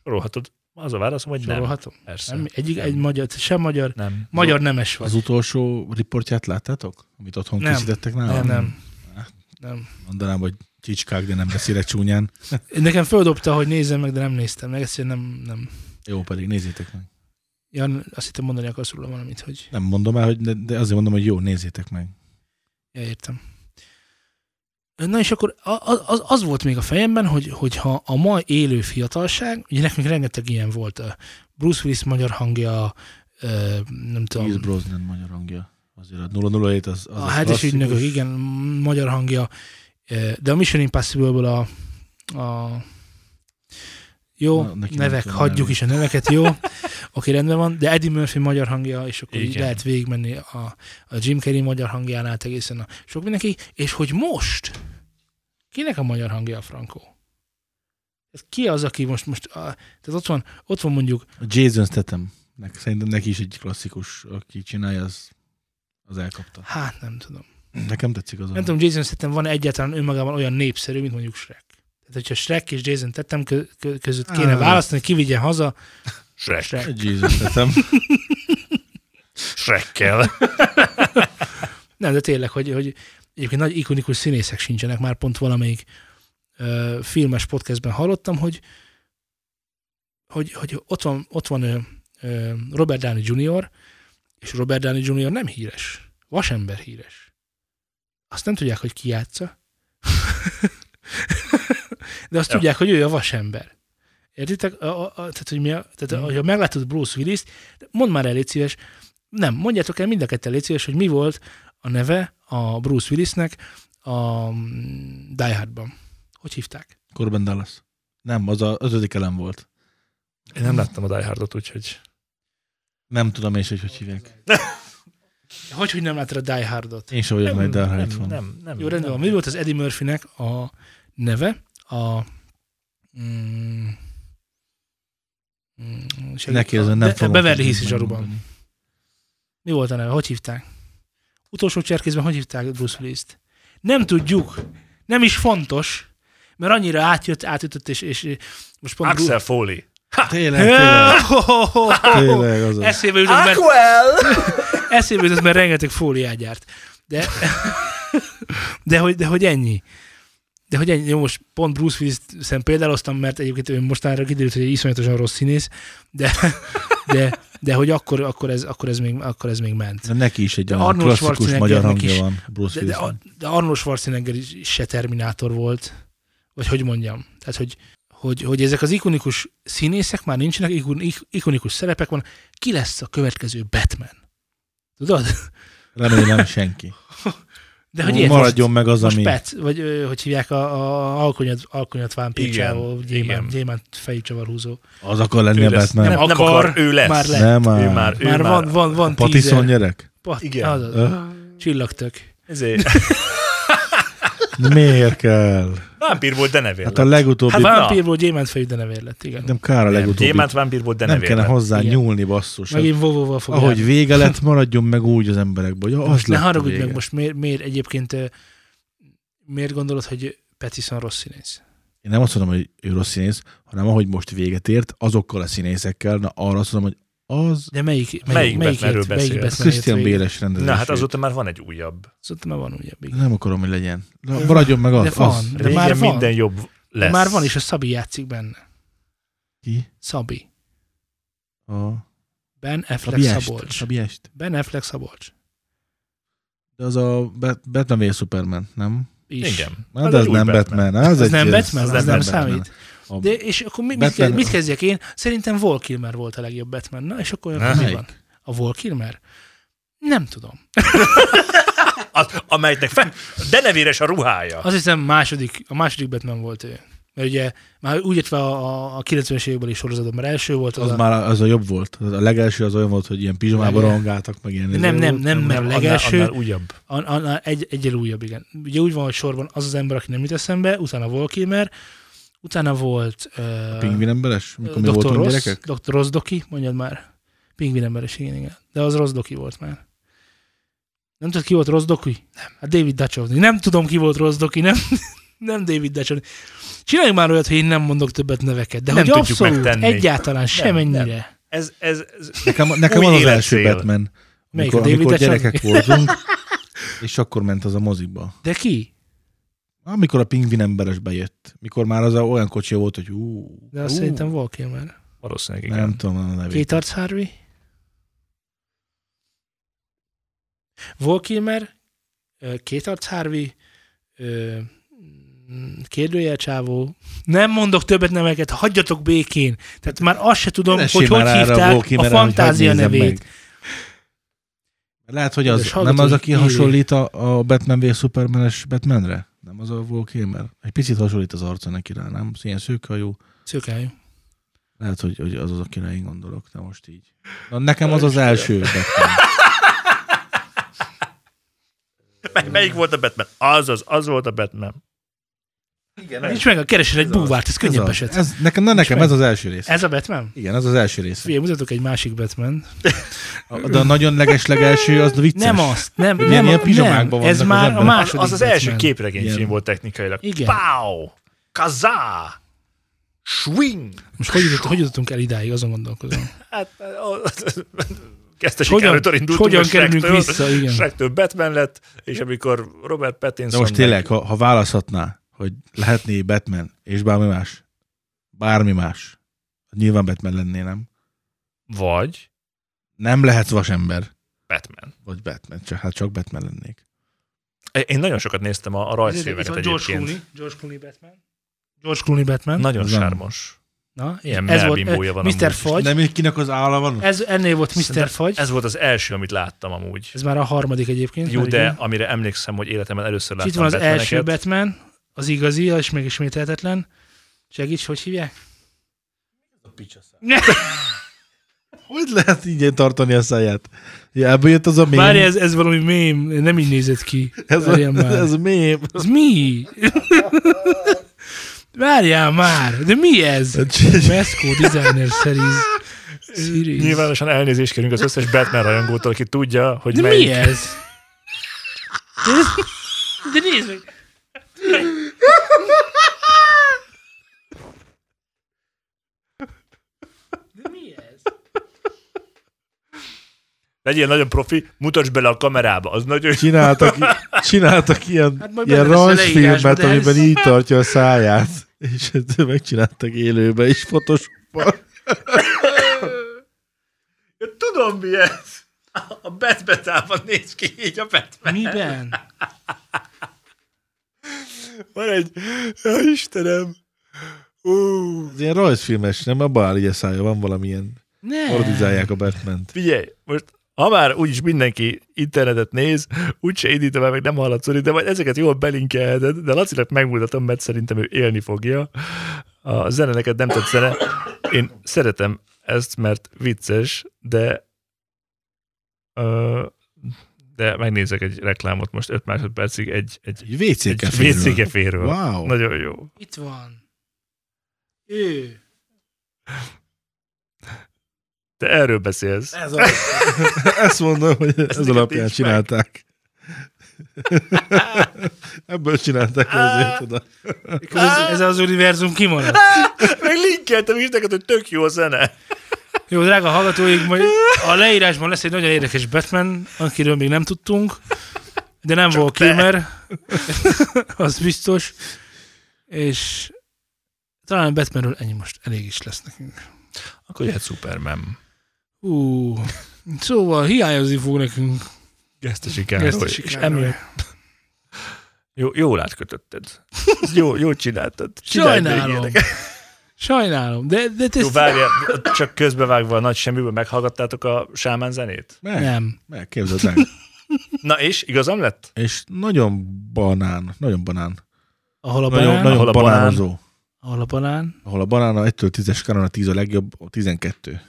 Sorolhatod? Az a válaszom, hogy nem.
sorolhatom?
Persze.
Nem, egy, egy magyar, sem magyar,
Nem.
magyar nemes vagy.
az utolsó riportját láttátok? Amit otthon
Nem.
készítettek nálam?
Nem, nem. nem.
Mondanám, hogy csicskák, de nem beszélek csúnyán.
Nekem földobta, hogy nézzem meg, de nem néztem meg. Egyszerűen nem... nem.
Jó, pedig nézzétek meg.
Jan, azt hittem mondani akarsz róla valamit, hogy
Nem mondom el, hogy de, de azért mondom, hogy jó, nézzétek meg.
ja, értem. Na és akkor a- a- az, az volt még a fejemben, hogy, hogyha a ma élő fiatalság, ugye nekünk rengeteg ilyen volt, a Bruce Willis magyar hangja, ö, nem
Pierce
tudom, Ah,
Brosnan magyar hangja. Azért a 007 az, az
a
egy
hetes
klasszikus.
ügynökök, igen, magyar E, hangja, ö, de a Mission Impossible-ből a, a Jó,
Na, neki nem
nevek,
tudom
hagyjuk
nevét.
is a neveket,
[LAUGHS]
jó? Oké, rendben van, de Eddie Murphy magyar hangja, és akkor így
Igen.
lehet végigmenni a, a Jim Carrey magyar hangján át egészen a sok mindenki. És hogy most, kinek a magyar hangja a Frankó? Ez ki az, aki most, most a, tehát ott van, ott van mondjuk,
A Jason Statham. Nek, szerintem neki is egy klasszikus, aki csinálja, az, az elkapta.
hát nem tudom.
Nekem tetszik az a
Nem tudom, Jason Statham van egyáltalán önmagában olyan népszerű, mint mondjuk Shrek. Tehát, hogyha Shrek és Jason Statham kö- kö- között kéne
Ah.
választani, ki vigyen haza,
Shrek.
Shrek.
A Jason Statham.
Shrekkel.
Nem, de tényleg, hogy, hogy egyébként nagy ikonikus színészek sincsenek, már pont valamelyik ö, filmes podcastben hallottam, hogy, hogy, hogy ott van, ott van ö, ö, Robert Downey Jr., és Robert Downey Jr. nem híres. Vasember híres. Azt nem tudják, hogy ki játsza. [LAUGHS] de azt
Ja.
ja. tudják, hogy ő a vasember. Értitek? A, a, a, tehát, hogy mi a, tehát,
Mhm.
hogyha meglátod Bruce Willis-t, mondd már el, légy szíves, nem, mondjátok el mind a ketten, légy szíves, hogy mi volt a neve a Bruce Willisnek a mm, Die Hardban. Hogy hívták?
Corbin Dallas. Nem, az a ötödik elem volt.
Én nem láttam a Die Hardot, úgyhogy...
Nem tudom én is, hogy hogy hívják.
Hogy, hogy nem láttad a Die Hardot?
Én sem vagyok nagy de
nem,
van.
nem, nem,
Jó, rendben van.
nem.
Mi volt az Eddie Murphynek a neve? A... Mm, mm, segít-
Neki ezen
a-
nem
Be-
fogom
Beverly
tudni
Hills zsaruban.
megmondani.
Mi volt a neve? Hogy hívták? Utolsó cserkészben hogy hívták Bruce Willis-t? Nem tudjuk. Nem is fontos. Mert annyira átjött, átütött, és, és most pont...
Axel Foley.
Tényleg, tényleg.
Tényleg.
Tényleg az az.
Eszébe jutott, mert, eszébe jutott, mert rengeteg fóliát gyárt. De, [LAUGHS] de, hogy, de hogy ennyi. De hogy ennyi, jó, most pont Bruce Willis szem példáloztam, mert egyébként ő mostanra kiderült, hogy egy iszonyatosan rossz színész, de, de, de hogy akkor, akkor, ez, akkor, ez még, akkor ez még ment.
De neki is egy
De
olyan
Arnold
klasszikus magyar
Schwarzeneggernek
hangja
is.
van. Bruce
De, de, a-
Willis.
de Arnold Schwarzenegger is se Terminátor volt. Vagy hogy mondjam? Tehát, hogy, hogy, hogy ezek az ikonikus színészek már nincsenek, ikon, ik- ikonikus szerepek van. Ki lesz a következő Batman? Tudod?
Remélem nem senki.
De hogy ilyet
Maradjon meg az,
most,
ami...
most Pet, vagy ö, hogy hívják a, a alkonyat, alkonyat vámpírcsávó,
Igen,
gyémánt,
igen.
gyémánt fejű csavarhúzó.
Az akar lenni a
lesz.
Batman.
Nem,
Nem,
Nem
akar,
akar, ő lesz.
már lesz.
nem
Ő
áll.
már, ő
Már
már.
van, van, van
Patison
tízer.
gyerek?
Pat,
Igen.
Azaz,
Ö,
Csillagtök.
Ezért.
Miért kell?
Vámpír volt, de nevér.
Hát a
Hát
legutóbbi...
Hát
na.
vámpírból gyémánt fejű denevér lett, igen.
Nem kár a
nem,
legutóbbi.
gyémánt vámpír volt, de
Nem
nevér.
kéne hozzá
Igen.
nyúlni, basszus. Hát
Megint vovóval fog járni.
Ahogy vége lett, maradjon meg úgy az emberekből. Ja, az
Most ne
lett a
haragudj
vége.
meg, most miért, miért egyébként ö, miért gondolod, hogy Pattison rossz színész?
Én nem azt mondom, hogy ő rossz színész, hanem ahogy most véget ért, azokkal a színészekkel, na arra azt mondom, hogy az
De melyik,
Melyik Batmanről
jött- melyik
beszélsz?
Batman jött
Christian
végig?
Béles rendezés.
Na hát azóta már van egy újabb.
Szóval már van újabb. igen.
Nem akarom, hogy legyen. Na, Maradjon meg az.
De van.
az.
De
Régen
már van.
minden jobb lesz.
De Már van, és a Szabi játszik benne.
Ki?
Szabi.
A
Ben Affleck
Szabiest.
Szabolcs.
Szabiest.
Ben Affleck Szabolcs.
De az a Bat- Batman v Superman, nem?
Is.
Igen.
Na, de
egy
az
új
nem Batman. hát Az,
Hát Az
egy,
nem Batman, az nem
Batman.
számít.
A-
De, és akkor mi, mit,
Batman-
kezd, mit kezdjek én? Szerintem Val Kilmer volt a legjobb Batman. Na, és akkor
Na,
mi
melyik?
van? A Val Kilmer? Nem tudom.
Az, amelyiknek fel... De nevéres a ruhája.
Azt hiszem második, a második Batman volt ő. Mert ugye már úgy értve a, a- a 90-es évekbeli sorozatban, mert első volt az,
Az
a,
már az a jobb volt. Az A legelső az olyan volt, hogy ilyen pizsamában
Legel-
rongáltak, meg ilyen... izé
Nem, nem, nem, mert a
annál-
legelső,
Annál újabb.
an- annál egy, egyel újabb, igen. Ugye úgy van, hogy sorban az az ember, aki nem jut eszembe, utána Volkimer, utána volt uh,
Pingvin emberes? Mikor mi
Dr.
voltunk
Ross,
gyerekek?
Dr. Ross Doki, mondjad már. Pingvin emberes, igen, igen. De az Ross Doki volt már. Nem tudod, ki volt Ross Doki? Nem. Hát David Duchovny. Nem tudom, ki volt Ross Doki, nem, [LAUGHS] nem David Duchovny. Csináljunk már olyat, hogy én nem mondok többet neveket, de
Nem
hogy
tudjuk
abszolút,
megtenni.
egyáltalán semennyire.
Ez, ez, ez
Nekem,
[LAUGHS]
nekem
Új
az az
életcél.
első Batman.
Melyik,
Amikor,
a David
amikor
Duchovny?
gyerekek voltunk, [LAUGHS] és akkor ment az a moziba.
De ki?
Amikor a pingvin emberes bejött. Mikor már az a olyan kocsi volt, hogy ú,
De azt
ú,
szerintem Volkimer. már.
valószínűleg igen.
nem tudom a nevét.
Két arc Harvey? Volkimer, két arc Harvey, ö, mm, kérdőjel csávó. Nem mondok többet neveket, hagyjatok békén. Tehát már azt se tudom,
Ne
hogy
simán
hogy
arra
hívták
Walkie
a
Merre, hogy
fantázia
hagyd nézzem
nevét.
meg. Lehet, hogy az
Kedves
nem az, aki
hallgatói,
hasonlít a, a Batman v Supermanes Batmanre? Nem az a Volkémer? Egy picit hasonlít az arca neki rá, nem? Ilyen szőkhajú.
Szőkájú.
Lehet, hogy, hogy az az, akire én gondolok, de most így. Na, nekem az az első. Batman.
Mely, melyik volt a Batman? Az az, az volt a Batman. Igen,
Nincs meg, a keresel egy
Ez az.
búvárt, ez
Ez,
[LAUGHS] könnyebb
az,
eset.
ez nekem, na, nekem
meg.
ez az első rész.
Ez a Batman?
Igen, ez az első rész.
Figyelj, mutatok egy másik Batman.
A- De a nagyon legeslegelső, az vicces.
Nem azt, nem,
Ugye
nem,
ilyen
a, nem.
pizsamákban
ez
vannak az
már a
emberek.
az,
második
az, az első
Batman.
Igen.
képregényfilm volt technikailag.
Igen.
Pow! Kazá! Swing!
Most hogy, jutott, hogy jutottunk el idáig, azon gondolkozom.
Hát, az- az- kezdtesik
Hogyan-
előttől indultunk,
hogyan
a
kerülünk
Shrektől-
vissza, igen.
Shrektől Batman lett, és amikor Robert Pattinson...
De most tényleg, ha, ha választhatná, hogy lehetné Batman és bármi más, bármi más, nyilván Batman lenné, nem?
Vagy
Nem lehetsz vasember,
Batman.
vagy Batman, csak, hát csak Batman lennék.
Én nagyon sokat néztem a, a
Itt
rajzfilmeket
van George Clooney,
egyébként.
George Clooney Batman. George Clooney Batman.
Nagyon
Az nem.
sármos.
Na,
Ilyen
ez
melbimbója
volt,
van
van Mr.
amúgy.
Fagy.
Nem, kinek az álla van?
Ez, ennél volt Mr.
Szerintem
Fagy.
Ez volt az első, amit láttam amúgy.
Ez már a harmadik egyébként.
Jó,
mert
de
igen.
amire emlékszem, hogy életemben először
És
láttam
itt van az
Batmaneket.
első Batman, az igazi, és még ismételhetetlen. Segíts, hogy hívják?
Hogy lehet így tartani a száját? Ja, ebből jött az a mém.
Várj, ez, ez valami mém, nem így nézett ki.
ez,
Várjál
a,
már.
ez a mém.
Ez mi? [LAUGHS] Várjál már, de mi ez? Mesco Designer Series.
[LAUGHS]
Series.
Nyilvánosan elnézést kérünk az összes Batman rajongótól, aki tudja, hogy
De
melyik.
mi ez? De, ez, de nézd meg! De mi ez?
Legyél nagyon profi, mutasd bele a kamerába. Az nagyon...
Csináltak, csináltak ilyen,
Hát majd
ilyen
benne lesz a leírásba,
rajzfilmet,
de ez-
amiben így tartja a száját. És ezt megcsináltak élőben is fotósban.
Tudom mi ez. A Batman-tában néz ki így a Batman.
Miben?
Van egy... Ja, Istenem. Ú.
Ez ilyen rajzfilmes, nem? Abban áll így a szája, van valamilyen.
Ne.
Ordizálják a Batman-t.
Figyelj, most ha már úgyis mindenki internetet néz, úgyse indítom el, meg nem hallatszódik, de majd ezeket jól belinkelheted, de Lacinak megmutatom, mert szerintem ő élni fogja. A zene neked nem tetszene. Én szeretem ezt, mert vicces, de ö, de megnézek egy reklámot most 5 másodpercig egy, egy,
Egy
egy
WC-keféről.
vécégeféről.
Wow.
Nagyon jó.
Itt van. Ő.
Te erről beszélsz.
Ez a... Ezt mondom, hogy ez,
neked
alapján
nincs meg.
csinálták. Ebből csinálták ezért oda.
Ez, ez az univerzum kimaradt.
Meg linkeltem is neked, hogy tök jó a zene.
Jó, drága hallgatóink, majd a leírásban lesz egy nagyon érdekes Batman, akiről még nem tudtunk, de nem volt Kilmer, [LAUGHS] az biztos, és talán Batmanről ennyi most elég is lesz nekünk.
Akkor jöhet Superman.
Ú, szóval hiányozni fog nekünk
Gesztesi Károly.
Gesztesi
És
Károly.
emiatt Jó, jól átkötötted. Ezt [LAUGHS] Jó, jól csináltad. Csinálj még
Sajnálom.
ilyeneket.
Sajnálom, de, de te
Jó,
ezt
várjál, csak közbevágva a nagy semmiből meghallgattátok a sámán zenét?
Meg,
nem.
meg, képzeld el.
Na és, igazam lett?
És nagyon banán, nagyon banán.
Ahol a
Nagyon,
banán,
nagyon
Ahol a banán.
banánozó.
ahol a banán,
Ahol a banána 1-től 10-es skálán a 10 a legjobb, a 12.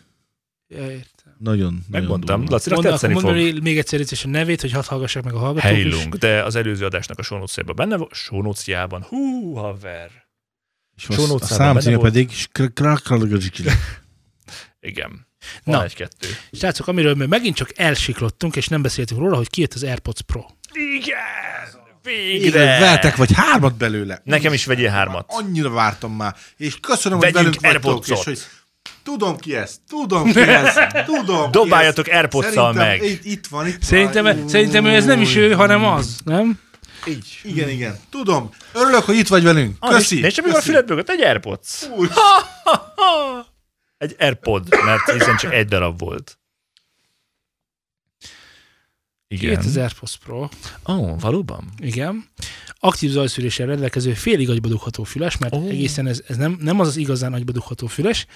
ja, értem.
Nagyon, nagyon
Megmondtam,
durva.
Lacinak
Mondd, akkor
tetszeni
mondd
fog.
még- még egyszer itt is a nevét, hogy hadd hallgassák meg a hallgatók is.
Hejlung, de az előző adásnak a sónóciában benne volt. Sónóciában. Hú, haver.
És a,
Sónót
a
számban
szám
benne
címe
volt.
pedig Krakalagazsikila.
Igen. Van
Na.
egy-kettő.
Srácok, amiről mi megint csak elsiklottunk, és nem beszéltünk róla, hogy kijött az AirPods Pro.
Igen! Végre!
Veltek vagy hármat belőle.
Nekem is vegyél hármat.
Annyira vártam már, és köszönöm,
Vegyünk
hogy velünk vagytok,
Airpods-ot.
és hogy tudom ki ez, tudom ki ez, tudom
Dobáljatok
ki ez.
Airpods-szal
Szerintem
meg.
Itt, itt van, itt
Szerintem, e-
van.
szerintem ő ez nem is ő,
Új.
hanem az, nem?
Így.
Igen, igen, tudom. Örülök, hogy itt vagy velünk.
Ah,
Köszi.
És amikor a
köszi.
fület mögött egy Airpods.
Úgy.
Egy Airpod, mert hiszen csak egy darab volt.
Kijött az
Igen.
AirPods Pro.
Ó, oh, valóban?
Igen. Aktív zajszűréssel rendelkező félig agyba dugható füles, mert
Ó.
egészen ez, ez nem, nem az az igazán agyba dugható füles.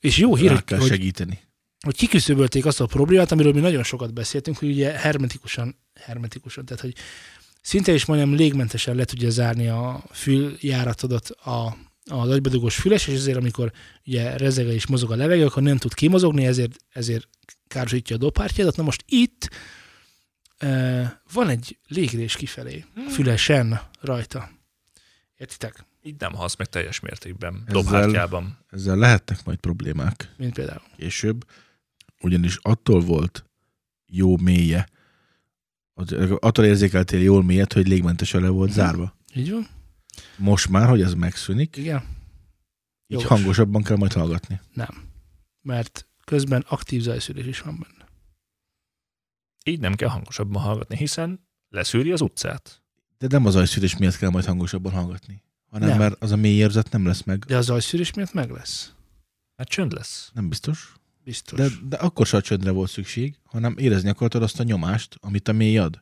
És jó hír,
Rá
hogy,
kell
hogy,
segíteni.
hogy kiküszöbölték azt a problémát, amiről mi nagyon sokat beszéltünk, hogy ugye hermetikusan, hermetikusan, tehát hogy szinte is majdnem légmentesen le tudja zárni a füljáratodat a az agybedugós füles, és ezért amikor ugye rezeg és mozog a levegő, akkor nem tud kimozogni, ezért, ezért károsítja a dobpártyadat. Na most itt uh, van egy légrés kifelé, a fülesen rajta. Értitek?
Így nem halsz meg teljes mértékben,
Ezzel-
dobhártyában.
Ezzel lehetnek majd problémák.
Mint például.
később, ugyanis attól volt jó mélye, az- attól érzékeltél jól mélyet, hogy légmentesen le volt zárva.
Így van?
Most már, hogy ez megszűnik, így
Igen. Jogos.
hangosabban kell majd hallgatni.
Mert közben aktív zajszülés is van benne.
Így nem kell hangosabban hallgatni, hiszen leszűri az utcát.
De nem az ajszülés miatt kell majd hangosabban hallgatni, hanem
Nem.
nem. mert az a mély érzet nem lesz meg.
De a zajszülés miatt meg lesz.
Mert Hát csönd lesz.
Nem biztos.
Biztos.
De, de akkor se a csöndre volt szükség, hanem érezni akartad azt a nyomást, amit a mély ad.
Tehát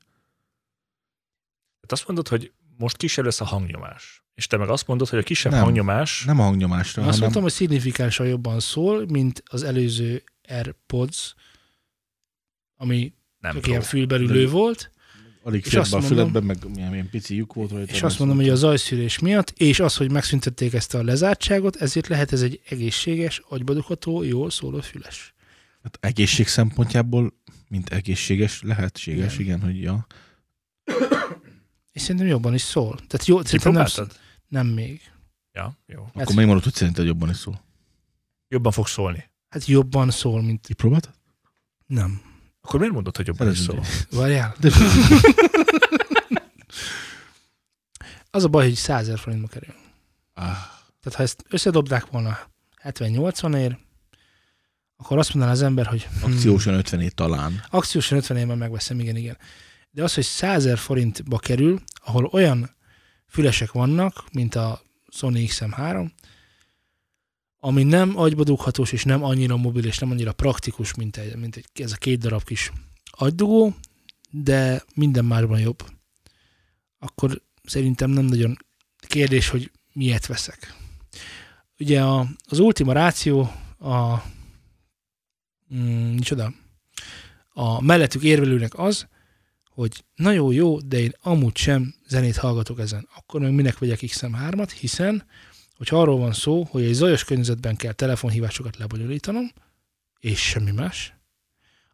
Hát azt mondod, hogy most kisebb lesz a hangnyomás. És te meg azt mondod, hogy a kisebb
Nem.
hangnyomás
Nem a hangnyomásra,
Én Azt
hanem...
mondtam, hogy szignifikánsan jobban szól, mint az előző AirPods, ami
nem
csak ilyen
jó.
fülberülő volt,
alig
és
fért
azt
be a
mondom-
füledbe, meg milyen, milyen pici lyuk volt. vagy
és
nem
azt mondom, hogy a zajszűrés miatt, és az, hogy megszüntették ezt a lezártságot, ezért lehet ez egy egészséges, agybadugható, jól szóló füles.
Hát egészség szempontjából, mint egészséges, lehetséges, igen, igen hogy ja.
És szerintem jobban is szól. Tehát jó, szerintem nem,
Kipróbáltad?
nem még.
Ja, jó.
Akkor megmondod, hogy szerinted jobban is szól.
Jobban fog szólni.
Hát jobban szól, mint
Ti próbáltad?
nem.
Akkor miért mondod, hogy jobban is
Szerezd
szól?
Várjál.
De
Az a baj, hogy 100 ezer forintba kerül.
ah,
Tehát ha ezt összedobdák volna 70-80-ért, akkor azt mondaná az ember, hogy hm,
akciósan 50 talán.
akciósan 50 érben megveszem, igen, igen. De az, hogy 100 ezer forintba kerül, ahol olyan fülesek vannak, mint a Sony XM3, ami nem agybadughatós, és nem annyira mobil, és nem annyira praktikus, mint, egy, mint egy, ez a két darab kis agydugó, de minden másban jobb. Akkor szerintem nem nagyon kérdés, hogy miért veszek. Ugye a, az ultima ráció a mm, micsoda? A mellettük érvelőnek az, hogy na jó, jó, de én amúgy sem zenét hallgatok ezen. Akkor meg minek vegyek XM3-at, hiszen hogyha arról van szó, hogy egy zajos környezetben kell telefonhívásokat lebonyolítanom, és semmi más,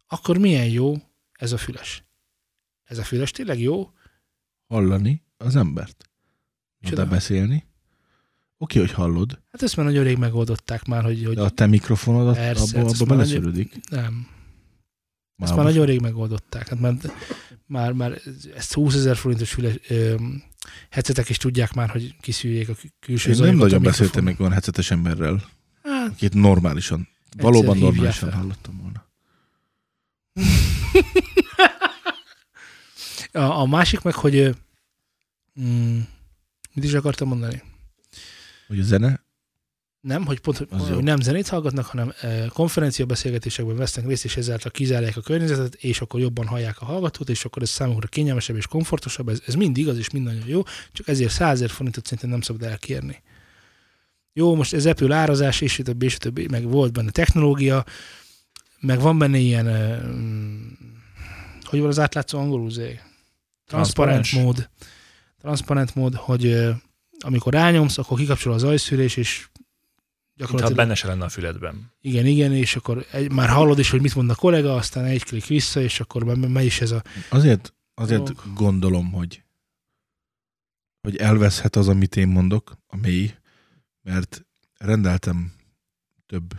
akkor milyen jó ez a füles. Ez a füles tényleg jó?
Hallani az embert. Na, De
Csoda.
beszélni. Oké, hogy hallod,
Hát ezt már nagyon rég megoldották már, hogy, hogy
de a te mikrofonodat
Persze, hát
abba,
ezt
abba
már
beleszűrődik.
nem.
Már
Ezt már
most.
nagyon rég megoldották. Hát már, már, már ezt 20 ezer forintos füle, ö, headsetek is tudják már, hogy kiszűrjék a kül- külső
Én nem
zajokat a
nagyon
mikrofonon.
beszéltem még olyan hecetes emberrel,
Hát,
akit normálisan, valóban
hívják
normálisan
fel.
hallottam volna.
[LAUGHS] a, a másik meg, hogy ö, mm, mit is akartam mondani?
Hogy a zene,
Nem, hogy pont, hogy,
Az
hogy
jó.
nem zenét hallgatnak, hanem ö, konferencia beszélgetésekben vesznek részt, és ezáltal kizárják a környezetet, és akkor jobban hallják a hallgatót, és akkor ez számukra kényelmesebb és komfortosabb. Ez, ez mind igaz, és mind nagyon jó, csak ezért 100 ezer forintot szerintem nem szabad elkérni. Jó, most ez Apple árazás, és a többi, és a többi, meg volt benne technológia, meg van benne ilyen, ö, mm, hogy van az átlátszó angolul, Zé? Transparent
Transzparens.
mód. Transparent mód, hogy eh, ö, amikor rányomsz, akkor kikapcsol a zajszűrés, és
Mintha
gyakorlatilag...
benne se lenne a füledben.
Igen, igen, és akkor egy, már hallod is, hogy mit mond a kollega, aztán egy klik vissza, és akkor me- me- megy is ez a...
Azért, azért
Dolgok.
gondolom, hogy hogy elveszhet az, amit én mondok, a mély, mert rendeltem több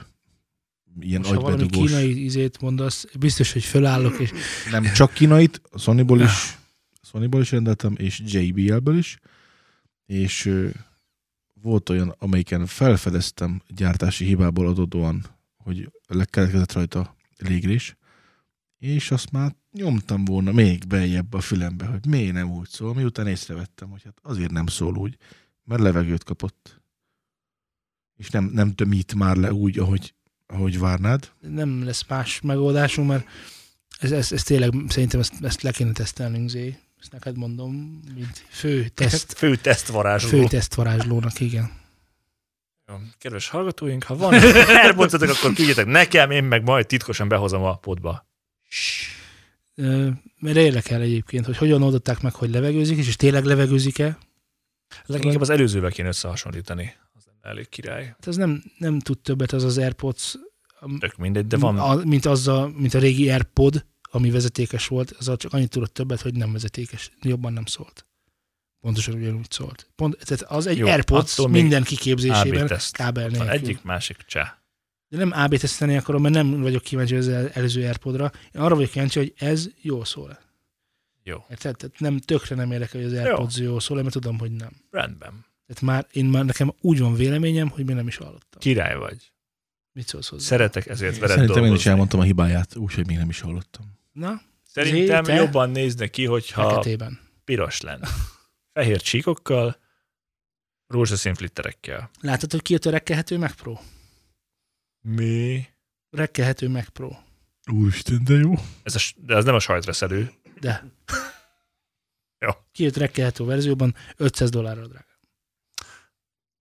ilyen
Most, ha valami
agybedugós.
kínai izét mondasz, biztos, hogy fölállok, és
Nem csak kínait, a Sonyból is, Sonyból is rendeltem, és JBL-ből is, és ö, volt olyan, amelyiken felfedeztem gyártási hibából adódóan, hogy lekeletkezett rajta légrés, és azt már nyomtam volna még beljebb a fülembe, hogy miért nem úgy szól, miután észrevettem, hogy hát azért nem szól úgy, mert levegőt kapott. És nem, nem tömít már le úgy, ahogy, ahogy várnád.
nem lesz más megoldásunk, mert ez, ez, ez tényleg, szerintem ezt, ezt le kéne tesztelnünk, Zé. Ezt neked mondom, mint fő teszt,
Fő teszt varázsló.
fő teszt varázslónak, igen.
Jó. Kedves hallgatóink, ha [LAUGHS] van airpods akkor küldjetek nekem, én meg majd titkosan behozom a podba.
Ö, Mert érdekel egyébként, hogy hogyan oldották meg, hogy levegőzik, és, és tényleg levegőzik-e?
Leginkább az előzővel kéne összehasonlítani. Az elég király.
Hát ez nem, nem tud többet az az AirPods,
Tök mindegy, de van.
a, mint, az a, mint a régi AirPod, ami vezetékes volt, az csak annyit tudott többet, hogy nem vezetékes, jobban nem szólt. Pontosan ugyanúgy szólt. Pont, tehát az egy Jó,
Jó,
AirPods
attól még
minden
AB
kiképzésében
teszt.
kábel
Van
nélkül.
egyik, másik cseh.
De nem AB teszteni akarom, mert nem vagyok kíváncsi az el- előző AirPodra. Én arra vagyok kíváncsi, hogy ez jól szól.
Jó.
Érted? Tehát nem, tökre nem érdekel, hogy az AirPods jó. jól szól, mert tudom, hogy nem.
Rendben.
Tehát már, én már nekem úgy van véleményem, hogy még nem is hallottam.
Király vagy.
Mit szólsz hozzá?
Szeretek ezért veled
Szerintem én is
dolgozni.
elmondtam a hibáját, úgyhogy még nem is hallottam.
Na,
Szerintem
Zé, te?
jobban nézne ki, hogyha
feketében.
piros lenne. Fehér csíkokkal, rózsaszín flitterekkel.
Látod, hogy kijött a rekkelhető Mac Pro?
Mi?
Rekkelhető Mac Pro.
Úristen, de jó.
Ez a, s- de ez nem a sajtreszelő.
De.
Jó.
Kijött rekkelhető verzióban 500 dollárra drága.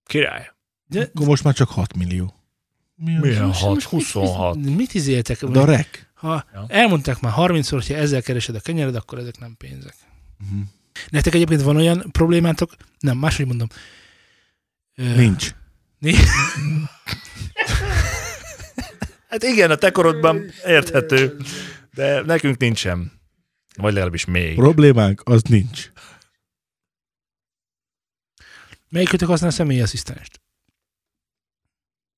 Király.
De,
Akkor most már csak 6 millió. Mi az?
Milyen?
most-
hat?
most mit-
26.
Mit, mit izéltek?
De a rek?
Ha
Ja.
elmondták már 30-szor, hogyha ezzel keresed a kenyered, akkor ezek nem pénzek.
Mhm.
Nektek egyébként van olyan problémátok? Nem, máshogy mondom. Ö,
Nincs.
Hát igen, a te korodban érthető, de nekünk nincsen. Vagy legalábbis még.
Problémánk az nincs.
Melyikötök használ személyi asszisztenst?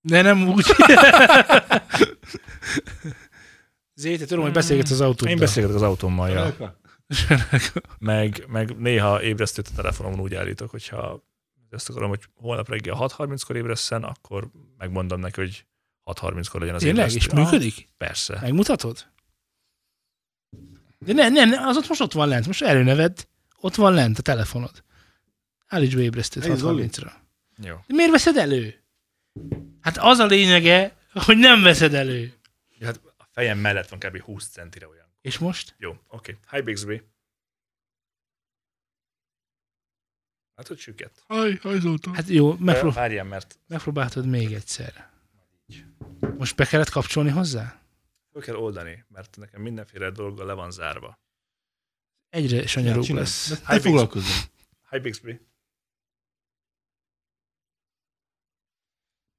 De nem
[LAUGHS]
úgy. Zé, te tudom, hogy beszélgetsz az autóddal.
Én beszélgetek az autómmal, ja. meg, meg néha ébresztőt a telefonomon úgy állítok, hogyha azt akarom, hogy holnap reggel 6.30-kor ébresszen, akkor megmondom neki, hogy 6.30-kor legyen az
Tényleg? És
ébresztő.
működik? Hát.
Ah, persze.
Megmutatod? De nem, nem, az ott most ott van lent. Most előneved, ott van lent a telefonod. Állíts be ébresztőt
Hey, Zoli.
6.30-ra.
Jó.
De miért veszed elő? Hát az a lényege, hogy nem veszed elő.
Ja, hát a fejem mellett van kb. 20 centire olyan.
És most?
Jó, oké. Okay. Hi Bixby. Hát, hogy süket.
Haj, hajzoltam.
Hát jó,
Megpró-
megpró-
Várjál, mert
megpróbáltad még egyszer. Most be kellett kapcsolni hozzá?
föl kell oldani, mert nekem mindenféle dolga le van zárva.
Egyre sanyarúbb
Csinálj.
lesz.
De Te foglalkozom.
Hi Bixby.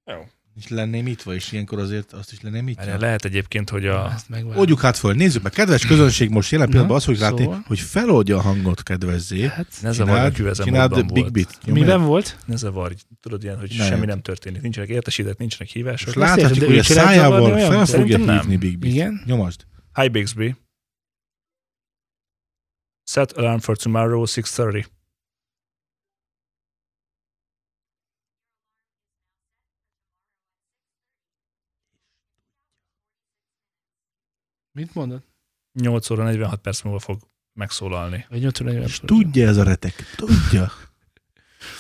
Jó.
És lenném itt, és ilyenkor azért azt is lenném itt.
Erre lehet egyébként, hogy a...
Ezt megvárom.
Oldjuk hát föl, nézzük meg. Kedves közönség, most jelen
Na,
pillanatban azt fogjuk látni,
szóval?
hogy feloldja a hangot, kedvezzé.
Hát,
Ne zavarj, hogy üvezem
csináld Big Bit. Jó,
miben volt?
Ne zavarj, tudod ilyen, hogy
Ne.
ne. semmi nem történik, nincsenek értesített, nincsenek hívások.
És
Azt értem,
láthatjuk,
de
hogy a
ügyfelet
szájával
zavarni olyan?
fel fogja
Szerintem nem.
hívni Big Bit.
Igen.
Nyomasd.
Hi Bixby. Set alarm for tomorrow 6.30.
Mit mondod?
8 óra 46 perc múlva fog megszólalni.
Vagy 80
És tudja ez a retek. Tudja.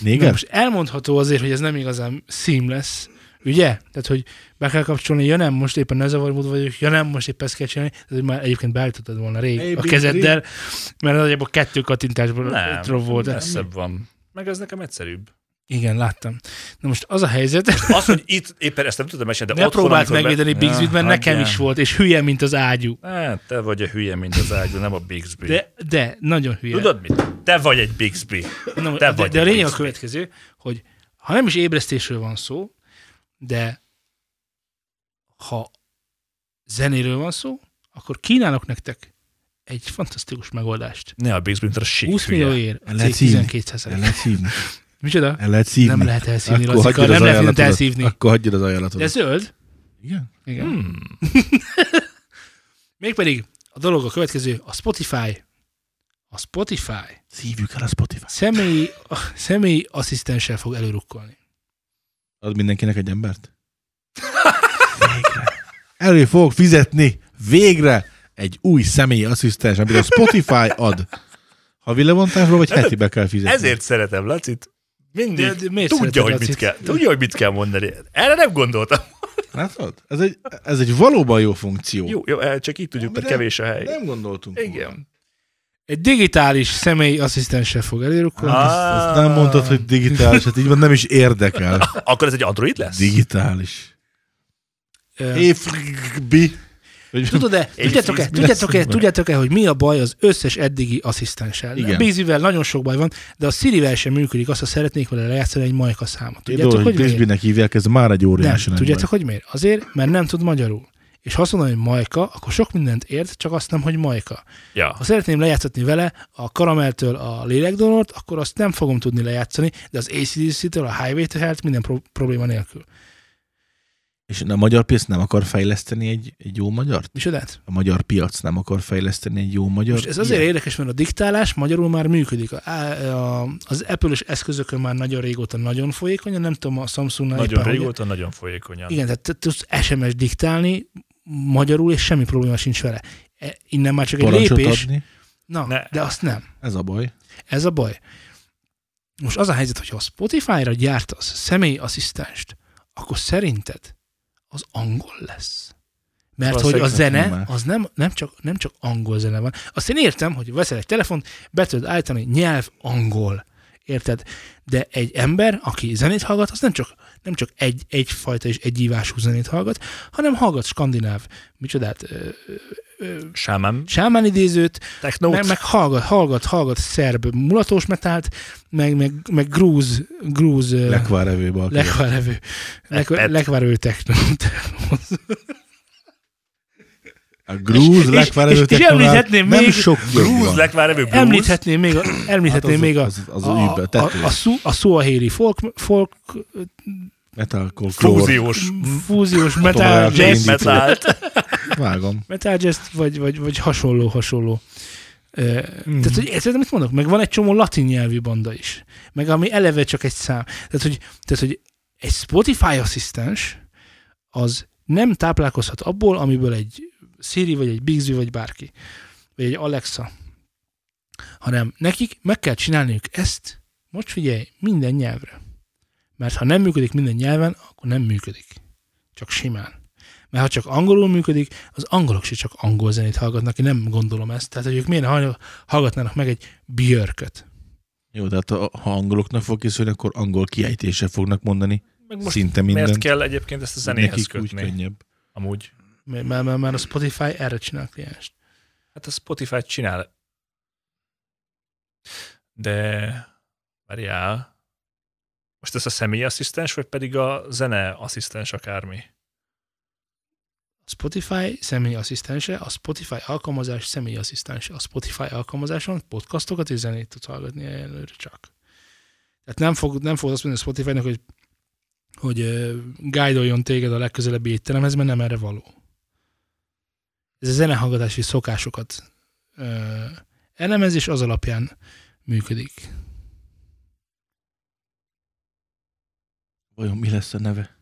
Igen.
Igen?
Most elmondható azért, hogy ez nem igazán seamless, ugye? Tehát, hogy be kell kapcsolni, ja nem, most éppen ne zavarmódban vagyok, ja nem, most éppen ezt kell csinálni, tehát, hogy már egyébként beállítottad volna rég
Hey,
a
Big
kezeddel, mert nagyjából kettő kattintásból
Nem,
nem, volt.
messzebb van. Meg ez nekem egyszerűbb.
Igen, láttam. Na most az a helyzet,
Az, hogy itt éppen ezt nem tudom mesélni,
[LAUGHS]
de
ne
otthon,
próbált
amikor
megvédeni
be-
Bigsbyt, mert
Ja,
nekem
hagyjál.
is volt, és hülye, mint az ágyú.
Hát, te vagy a hülye, mint az ágy, de nem a Bixby. De,
De, de nagyon hülye.
Tudod mit? Te vagy egy Bixby.
Na,
Te
de,
vagy
de a
a
lényeg a
Bixby.
következő, hogy ha nem is ébresztésről van szó, de ha zenéről van szó, akkor kínálok nektek egy fantasztikus megoldást.
Ne a Bixby, mint a sik
20
hülye.
millióért a cég
Lehet szívni.
12
El
ezer.
lehet szívni.
Micsoda?
El lehet szívni.
Nem lehet elszívni,
Akkor
Lassika,
hagyjad
nem
az
lehet mindent
ajánlatodat.
elszívni.
Akkor hagyjad az
De
ajánlatodat.
zöld?
Igen?
Igen.
Hmm.
Mégpedig a dolog a következő, a Spotify. A Spotify
Szívjuk el a Spotify.
személyi, a személyi asszisztenssel fog előrukkolni.
Ad mindenkinek egy embert? Végre. Elő fogok fizetni végre egy új személyi asszisztens, amit a Spotify ad. Havi levontásba vagy hetibe kell fizetni?
Ezért szeretem Lacit. Mindig
De- de miért szereted
tudja, hogy
Lacit?
mit kell, tudja, hogy mit kell mondani. Erre nem gondoltam.
Látod? Ez egy, ez egy valóban jó funkció.
Jó, jó eh, csak így tudjuk, mert
de-
kevés a hely.
Nem gondoltunk. volna.
Igen.
Egy digitális személyi asszisztenssel fog elérukkolni.
Ah.
Ezt, ezt nem mondtad, hogy digitális, hát így van, nem is érdekel.
Akkor ez egy Android lesz?
eh,
Digitális.
Ö,
Évbi.
Tudod-e,
Egy
tudjátok-e,
tíz
tudjátok-e,
percben.
tudjátok-e, hogy mi a baj az összes eddigi asszisztenssel?
Igen.
A Bézivel nagyon sok baj van, de a Sirivel sem működik azt, ha szeretnék vele lejátszani egy majka számot. Tudjátok,
Tudjátok,
hogy
hogy
miért?
Bisbee-nek hívják, ez már egy
Nem,
óriási nagy
tudjátok, hogy miért? Azért, mert nem tud magyarul. És ha azt mondom, hogy Majka, akkor sok mindent ért, csak azt nem, hogy Majka.
Ja.
Ha szeretném lejátszatni vele a Karameltől a Lélekdonort, akkor azt nem fogom tudni lejátszani, de az ACDC-től a Highway to Hell-t minden pro- probléma nélkül.
És a magyar piac nem akar fejleszteni egy, egy jó magyart?
Micsodát?
A magyar piac nem akar fejleszteni egy jó magyar?
Most ez azért
Ilyen.
érdekes, mert a diktálás magyarul már működik. A, a, az Apple-ös eszközökön már nagyon régóta nagyon folyékony, nem tudom, a Samsungnál
Nagyon
hogy-
régóta, nagyon folyékonyan.
Igen, tehát te tudsz SMS diktálni magyarul, és semmi probléma sincs vele. E, innen már csak egy
Parancsot
lépés.
adni?
Na,
Ne.
de azt nem.
Ez a baj.
Ez a baj. Most az a helyzet, hogy ha a Spotify-ra gyártasz személyasszisztenst, akkor szerinted az angol lesz. Mert hogy a
Valószínűleg
zene,
nem.
az nem, nem, csak, nem csak angol zene van. Azt én értem, hogy veszel egy telefont, be tudod állítani nyelv angol. Érted? De egy ember, aki zenét hallgat, az nem csak, nem csak egy, egyfajta és egy ívású zenét hallgat, hanem hallgat skandináv, micsodát, ö,
Sámem.
sámán idézőt,
Technót.
meg, meg hallgat, hallgat, hallgat szerb mulatós metált, meg, meg, meg grúz, grúz ö,
Lekvárevő bal.
lekvarevő, lekva-
Epet.
lekvarevő techno.
A grúz,
és-
lekvárevő
és- és említhetném
nem
még-
sok jobb
Grúz,
van.
legvárevő grúz.
Említhetném még, a- említhetném
Hát az-
még a,
az- az a
a,
übe,
a, a,
tető.
a, szú, a szóahéri folk, folk
Metalcore, klór.
Fúziós.
fúziós metal,
Tovább
jazz,
elindít.
Metált.
Vágom.
metal jazz, vagy, vagy, vagy hasonló, hasonló. Ö, Tehát, hogy érted, amit mondok? Meg van egy csomó latin nyelvű banda is. Meg ami eleve csak egy szám. Tehát, hogy, tehát, hogy egy Spotify asszisztens az nem táplálkozhat abból, amiből egy Siri, vagy egy Bixby, vagy bárki. Vagy egy Alexa. Hanem nekik meg kell csinálniuk ezt, most figyelj, minden nyelvre. Mert ha nem működik minden nyelven, akkor nem működik. Csak simán. Mert ha csak angolul működik, az angolok se csak angol zenét hallgatnak, én nem gondolom ezt. Tehát, hogy ők miért hall- hallgatnának meg egy Björköt.
Jó, tehát ha ha angoloknak fog készülni, akkor angol kiejtése fognak mondani.
Meg most
Szinte
miért
mindent.
kell egyébként ezt a zenéhez
Nekik úgy
kötni?
könnyebb.
Amúgy.
Mert, mert, mert- mert a Spotify erre csinál klienst.
Hát a Spotify csinál. De várjál. Most ez a személyi asszisztens, vagy pedig a zene asszisztens akármi?
A Spotify személyi asszisztense, a Spotify alkalmazás személyi asszisztense. A Spotify alkalmazáson podcastokat és zenét tudsz hallgatni előre csak. Tehát nem fog, nem fog azt mondani a Spotify-nak, hogy, hogy uh, guide-oljon téged a legközelebbi étteremhez, mert nem erre való. Ez a zenehallgatási szokásokat uh, elemez, és az alapján működik.
Vajon mi lesz a neve?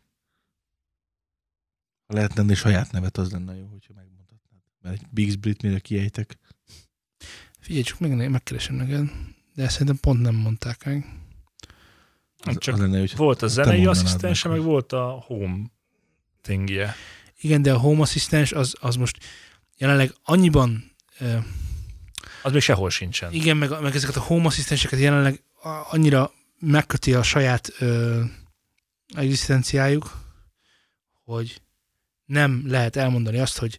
Ha lehetne ennél saját nevet, az lenne jó, hogyha megmutatnád. Mert egy Big Brit mire kiejtek.
Figyelj, csak meg, megkeresem neked, de szerintem pont nem mondták meg.
Az,
Hát
Csak
az lenne, hogy
Volt a zenei
mondanád
asszisztense,
meg,
meg
hogy-
volt a home thingje.
Igen, de a home asszisztens az, az most jelenleg annyiban, ö,
Az még sehol sincsen.
igen, meg, meg ezeket a home asszisztenseket jelenleg a- annyira megköti a saját ö, egzisztenciájuk, hogy nem lehet elmondani azt, hogy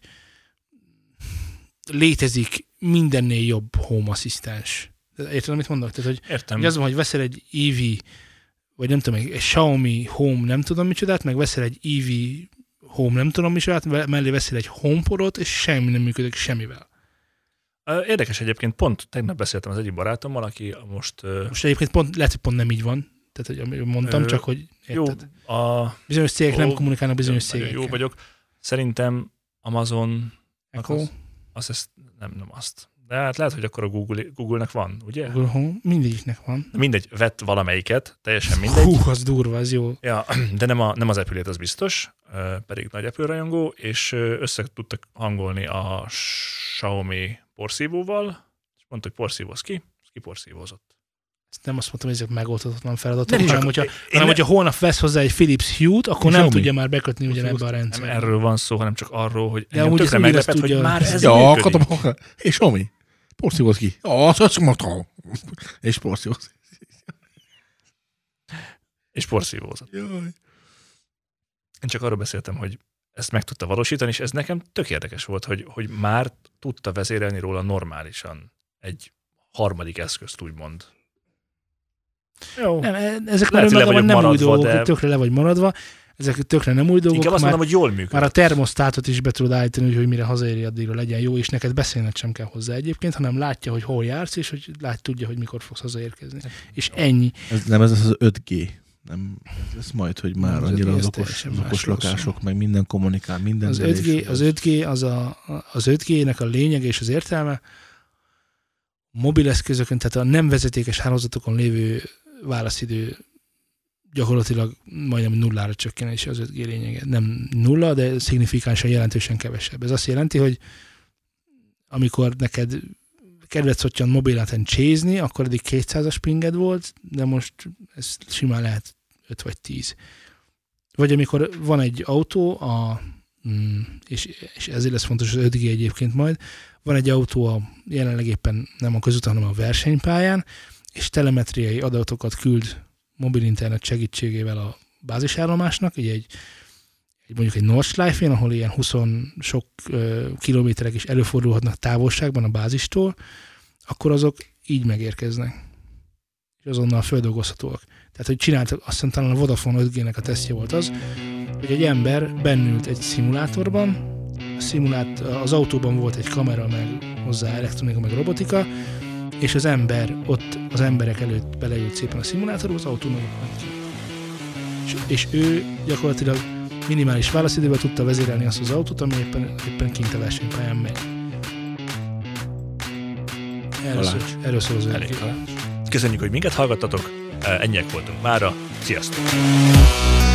létezik mindennél jobb home asszisztens. Érted, amit mondok? Tehát, hogy
Értem.
Ugye az van, hogy veszel egy EV, vagy nem tudom, egy egy Xiaomi Home nem tudom micsodát, meg veszel egy EV Home nem tudom micsodát, ve- mellé veszel egy HomePodot, és semmi nem működik semmivel.
Ö, Érdekes egyébként, pont tegnap beszéltem az egyik barátommal, aki most ö,
Most egyébként pont, lehet, hogy pont nem így van, tehát, hogy amit mondtam,
Ö,
csak hogy
jó,
érted.
a,
Bizonyos cégek
Ó,
nem kommunikálnak bizonyos
nagyon
cégekkel.
jó vagyok. Szerintem Amazon,
Echo,
az- az ezt, nem, nem azt. De hát lehet, hogy akkor a Google, Google-nek van, ugye?
Google Home, mindegyiknek van.
Na Mindegy, vett valamelyiket, teljesen mindegy.
Hú, az durva, az jó.
Ja, [CLEARS THROAT] de nem, a, nem az epülét, az biztos, ö, pedig nagy Apple rajongó, és ö, össze tudtak hangolni a Xiaomi porszívóval, és mondta, hogy porszívóz ki, és kiporszívózott.
Ezt nem azt mondtam, hogy ezek megoldhatatlan feladatok,
Nem,
nem, hanem,
csak-
hogyha,
én-
hanem
én-
hogyha holnap vesz hozzá egy Philips Hue-t, akkor
És
nem
Xiaomi.
tudja már bekötni ugyanebbe a
Nem
rendszerbe.
erről van szó, hanem csak arról, hogy
De
engem
amúgy
tökre
ezt úgy lesz
meglepett, hogy
tudja.
már ez
Ja,
működik.
akatom, és Omi, porszívóz ki. Ja, az az maga. És porszívóz.
És porszívózott.
Jaj.
Én csak arról beszéltem, hogy ezt meg tudta valósítani, és ez nekem tök érdekes volt, hogy, hogy már tudta vezérelni róla normálisan egy harmadik eszközt, úgymond.
Jó. Nem, e- ezek már
Lehet, hogy le
önmagában
vagyok
nem új
maradva,
dolgok,
de-
de... tökre le vagy maradva, ezek tökre nem új dolgok,
Inkább azt
már,
mondom, hogy jól
már a
működik.
termosztátot is be tudod állítani, hogy, hogy mire hazaéri, addigra legyen jó, és neked beszélned sem kell hozzá egyébként, hanem látja, hogy hol jársz, és hogy lát, tudja, hogy mikor fogsz hazaérkezni. És ennyi.
Ez, nem, ez az 5G. Nem, ez, ez majd, hogy már
Nem, az
annyira
5G
az
az
okos,
teljesen
az okos
másról
lakások, meg minden kommunikál, minden
Az
elég
5G, az 5G, az, a, az 5G-nek a lényege és az értelme mobileszközökön, tehát a nem vezetékes hálózatokon lévő válaszidő gyakorlatilag majdnem nullára csökkenés az 5G lényege. Nem nulla, de szignifikánsan jelentősen kevesebb. Ez azt jelenti, hogy amikor neked kedved szottyan mobiláten csézni, akkor eddig 200-as pinged volt, de most ez simán lehet 5 vagy 10. Vagy amikor van egy autó, a, mm, és, és ezért lesz fontos az 5G egyébként majd, van egy autó a, jelenleg éppen nem a közúton, hanem a versenypályán, és telemetriai adatokat küld mobil internet segítségével a bázisállomásnak, így egy, egy mondjuk egy Nordschleife-én, ahol ilyen 20 sok ö, kilométerek is előfordulhatnak távolságban a bázistól, akkor azok így megérkeznek. És azonnal földolgozhatóak. Tehát, hogy csináltak, azt hiszem talán a Vodafone 5G-nek a tesztje volt az, hogy egy ember bennült egy szimulátorban, a szimulát, az autóban volt egy kamera, meg hozzá elektronika, meg robotika, és az ember ott az emberek előtt beleült szépen a szimulátorba, az autó meg ott ment ki. És, és ő gyakorlatilag minimális válaszidővel tudta vezérelni azt az autót, ami éppen, éppen kint a versenypályán megy. Erről, szól,
Talács.
erről szól az
Elég
önkével.
Köszönjük, hogy minket hallgattatok, Eh, ennyiek voltunk mára. Sziasztok!